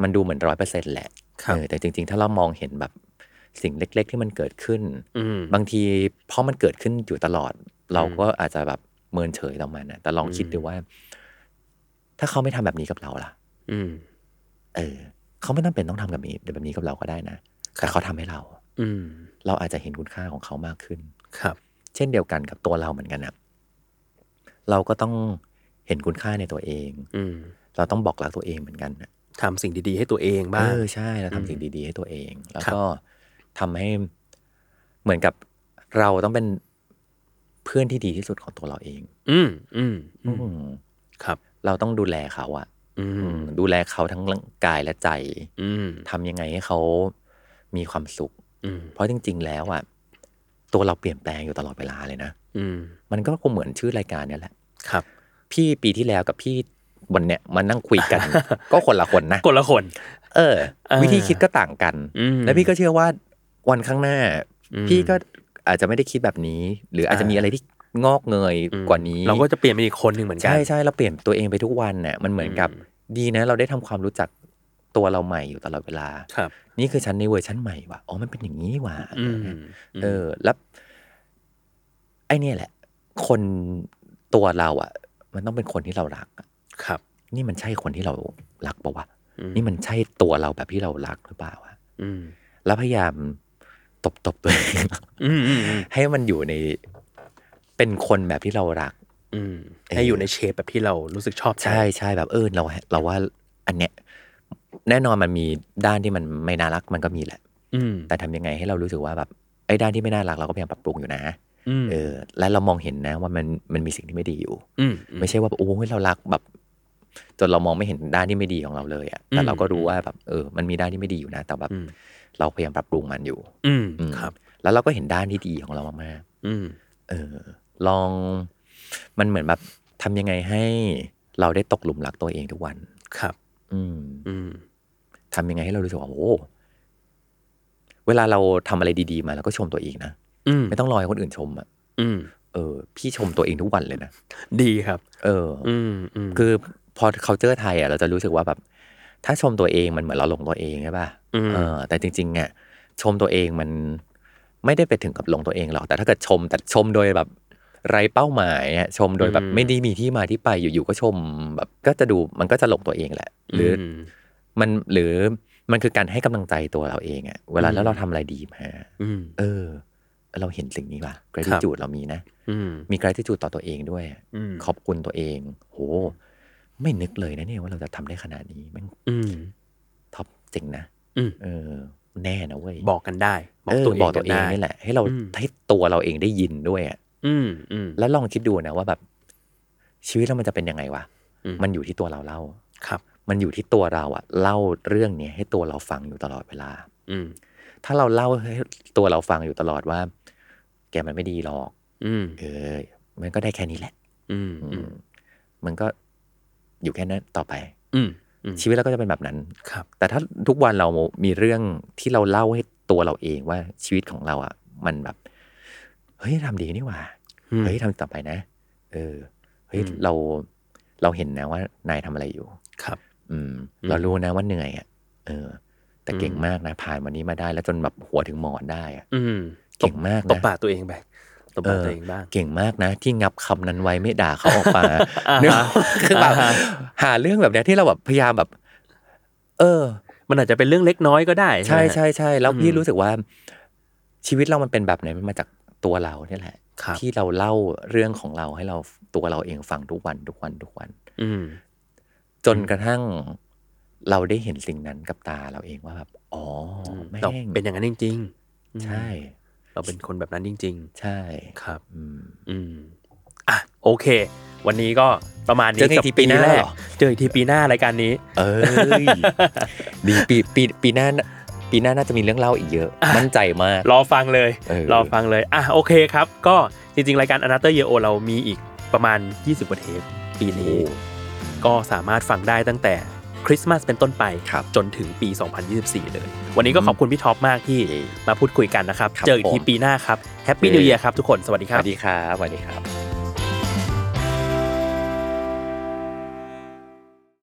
มันดูเหมือนร้อยเปอร์เซ็นต์แหละ ครับ เออแต่จริง ๆ ถ้าเรามองเห็นแบบสิ่งเล็ก ๆ ที่มันเกิดขึ้น อืม บางทีเพราะมันเกิดขึ้นอยู่ตลอด เราก็อาจจะแบบเมินเฉยต่อมันนะแต่ลองคิดดูว่า ถ้าเขาไม่ทำแบบนี้กับเราล่ะ อืม เออ เขาไม่ต้องเป็นต้องทำแบบนี้แบบนี้กับเราก็ได้นะแต่เขาทำให้เรา อืม เราอาจจะเห็นคุณค่าของเขามากขึ้น ครับ เช่นเดียวกันกับตัวเราเหมือนกันนะเราก็ต้องเห็นคุณค่าในตัวเอง อืม เราต้องบอกรักตัวเองเหมือนกันนะ ทำสิ่งดีๆให้ตัวเองบ้าง เออใช่เรา อืม ทำสิ่งดี ๆ ให้ตัวเอง แล้ว ครับ ก็ทำให้เหมือนกับเราต้องเป็นเพื่อนที่ดีที่สุดของตัวเราเอง อืม อืม อืม อืม ครับ เราต้องดูแลเขาอะ อื อื ม มดูแลเขาทั้งร่างกายและใจ อืม ทำยังไงให้เขามีความสุข อืม เพราะจริง ๆ แล้วอะตัวเราเปลี่ยนแปลงอยู่ตลอดเวลาเลยนะ อืม มันก็คงเหมือนชื่อรายการเนี้ยแหละ ครับ พี่ปีที่แล้วกับพี่วันเนี้ยมานั่งคุยกัน ก็คนละคนนะ คนละคน เออ เออ วิธีคิดก็ต่างกัน อืม แล้วพี่ก็เชื่อว่าวันข้างหน้า อืม พี่ก็อาจจะไม่ได้คิดแบบนี้ หรืออาจจะ อ่ามี มีอะไรที่งอกเงยกว่านี้ เราก็จะเปลี่ยนเป็นอีกคนหนึ่งเหมือนกัน ใช่ใช่เราเปลี่ยนตัวเองไปทุกวันเนี่ยมันเหมือนกับ อืม ดีนะ เราได้ทำความรู้จักตัวเราใหม่อยู่ตลอดเวลา ครับ นี่คือฉันในเวอร์ชันใหม่ว่ะอ๋อมันเป็นอย่างนี้ว่ะ อืม เออ แล้วไอเนี่ยแหละ คนตัวเราอ่ะ มันต้องเป็นคนที่เรารักอะ ครับ นี่มันใช่คนที่เรารักปะวะ อืม นี่มันใช่ตัวเราแบบที่เรารักหรือเปล่าวะ อืม แล้วพยายามตบตบๆตัวเอง อืมอืมอืม ให้มันอยู่ในเป็นคนแบบที่เรารัก อืมให้อยู่ในเชฟแบบที่เรารู้สึกชอบ ใช่ใช่แบบเออเราเราว่าอันเนี้ยแน่นอนมันมีด้านที่มันไม่น่ารักมันก็มีแหละ อืม แต่ทำยังไงให้เรารู้สึกว่าแบบไอ้ด้านที่ไม่น่ารักเราก็พยายามปรับปรุงอยู่นะ อืม เออ และเรามองเห็นนะว่ามันมันมีสิ่งที่ไม่ดีอยู่ อืม ไม่ใช่ว่าแบบโอ้ยเรารักแบบ จนเรามองไม่เห็นด้านที่ไม่ดีของเราเลยอะ อื แต่ ม เราก็รู้ว่าแบบเออ มันมีด้านที่ไม่ดีอยู่นะ แต่แบบ อืม เราพยายามปรับปรุงมันอยู่ อืม อืม ครับ แล้วเราก็เห็นด้านที่ดีของเรามากๆ อืม เออลองมันเหมือนแบบทำยังไงให้เราได้ตกหลุมรักตัวเองทุกวัน ครับ อืม อืม ทำยังไงให้เรารู้สึกว่าโอ้เวลาเราทำอะไรดีๆมาเราก็ชมตัวเองนะ อืม ไม่ต้องรอให้คนอื่นชมอ่ะ อืม เออ พี่ชมตัวเองทุกวันเลยนะ ดีครับ เอออ อืมอืม คือพอ culture ไทยอ่ะเราจะรู้สึกว่าแบบ ถ้าชมตัวเองมันเหมือนเราหลงตัวเองใช่ป่ะ ม เออ แต่จริงๆอ่ะชมตัวเองมันไม่ได้ไปถึงกับหลงตัวเองหรอกแต่ถ้าเกิดชมแต่ชมโดยแบบไรเป้าหมายอ่ะชมโดยแบบไม่ได้มีที่มาที่ไปอยู่ๆก็ชมแบบก็จะดูมันก็จะหลงตัวเองแหละ หรืออ ม มันหรือมันคือการให้กำลังใจตัวเราเองอะเวลาแล้วเราทำอะไรดีมา อืม เออ เราเห็นสิ่งนี้ว่ะ gratitude เรามีนะ อืม มี gratitude ต่อตัวเองด้วยอะ อืม ขอบคุณตัวเอง โห ไม่นึกเลยนะเนี่ยว่าเราจะทำได้ขนาดนี้แมัน อืม ท็อปจริงนะ อืม เออ แน่นะเว้ย บอกกันได้ เออบอกตัวเอง ได้ นี่แหละ ให้เรา อืม ให้ตัวเราเองได้ยินด้วยอะ อืมอืม แล้วลองคิดดูนะว่าแบบ ชีวิตเรามันจะเป็นยังไงวะ อืม มันอยู่ที่ตัวเราเล่า ครับ มันอยู่ที่ตัวเราอะเล่าเรื่องเนี้ยให้ตัวเราฟังอยู่ตลอดเวลา อืม ถ้าเราเล่าให้ตัวเราฟังอยู่ตลอดว่า แกมันไม่ดีหรอก อืม เออ มันก็ได้แค่นี้แหละ อืม อื อื ม ม มันก็อยู่แค่นั้นต่อไป อืมอืม ชีวิตเราก็จะเป็นแบบนั้น ครับ แต่ถ้าทุกวันเรามีเรื่องที่เราเล่าให้ตัวเราเองว่าชีวิตของเราอ่ะ มันแบบ เฮ้ยทำดีนี่หว่า อืม เฮ้ยทำต่อไปนะ เออ เฮ้ย อืม เราเราเห็นนะว่านายทำอะไรอยู่ ครับ อืม อืม เรารู้นะว่าเหนื่อยอ่ะ เออ แต่เก่ง อืม มากนะผ่านวันนี้มาได้ แล้วจนแบบหัวถึงหมอนได้อ่ะ อืม เก่งมากนะ ตบปากตัวเองไปตบปากตัวเองบ้าง เก่งมากนะ ที่งับคำนั้นไว้ไม่ด่าเขาออกมา อ่าฮะ เนอะคือแบบ อ่าฮะ หาเรื่องแบบเนี้ยที่เราแบบพยายามแบบ เออ มันอาจจะเป็นเรื่องเล็กน้อยก็ได้ไหใช่มฮะ ใช่ใช่แล้วพี่ อืม รู้สึกว่า ชีวิตเรามันเป็นแบบไหนมันมาจากตัวเราเนี่ยแหละ ครับ ที่เราเล่าเรื่องของเราให้เราตัวเราเองฟังทุกวันทุกวันทุกวัน อืม จนกระทั่งเราได้เห็นสิ่งนั้นกับตาเราเองว่าแบบอ๋ออแม่ เรา ง เป็นอย่างนั้นจริงๆอืม ใช่ เราเป็นคนแบบนั้นจริง ใช่ ๆ ครับ อืม อืม อ่ะ โอเค วันนี้ก็ประมาณนี้ เจอกันอีกที กับ ปีหน้า แรก เหรอ เจออีกทีปีหน้ารายการนี้ เอ้ย ดีปีปีปีหน้าปีหน้าน่าจะมีเรื่องเล่าอีกเยอะ มั่นใจมาก รอฟังเลย เออ รอฟังเลย อ่ะ โอเคครับ ก็จริง ๆ รายการ a n o t h e r Year O เรามีอีกประมาณ 20กว่าเทปปี โอ้ นี้ ก็สามารถฟังได้ตั้งแต่คริสต์มาสเป็นต้นไป ครับ จนถึงปี 2024 เลย วันนี้ก็ขอบคุณพี่ท็อปมากที่มาพูดคุยกันนะครับ ครับ เจออีกที ผม ปีหน้าครับ Happy New Year ครับทุกคน สวัสดี ส ครับ วัสดีครับสวัสดีครับ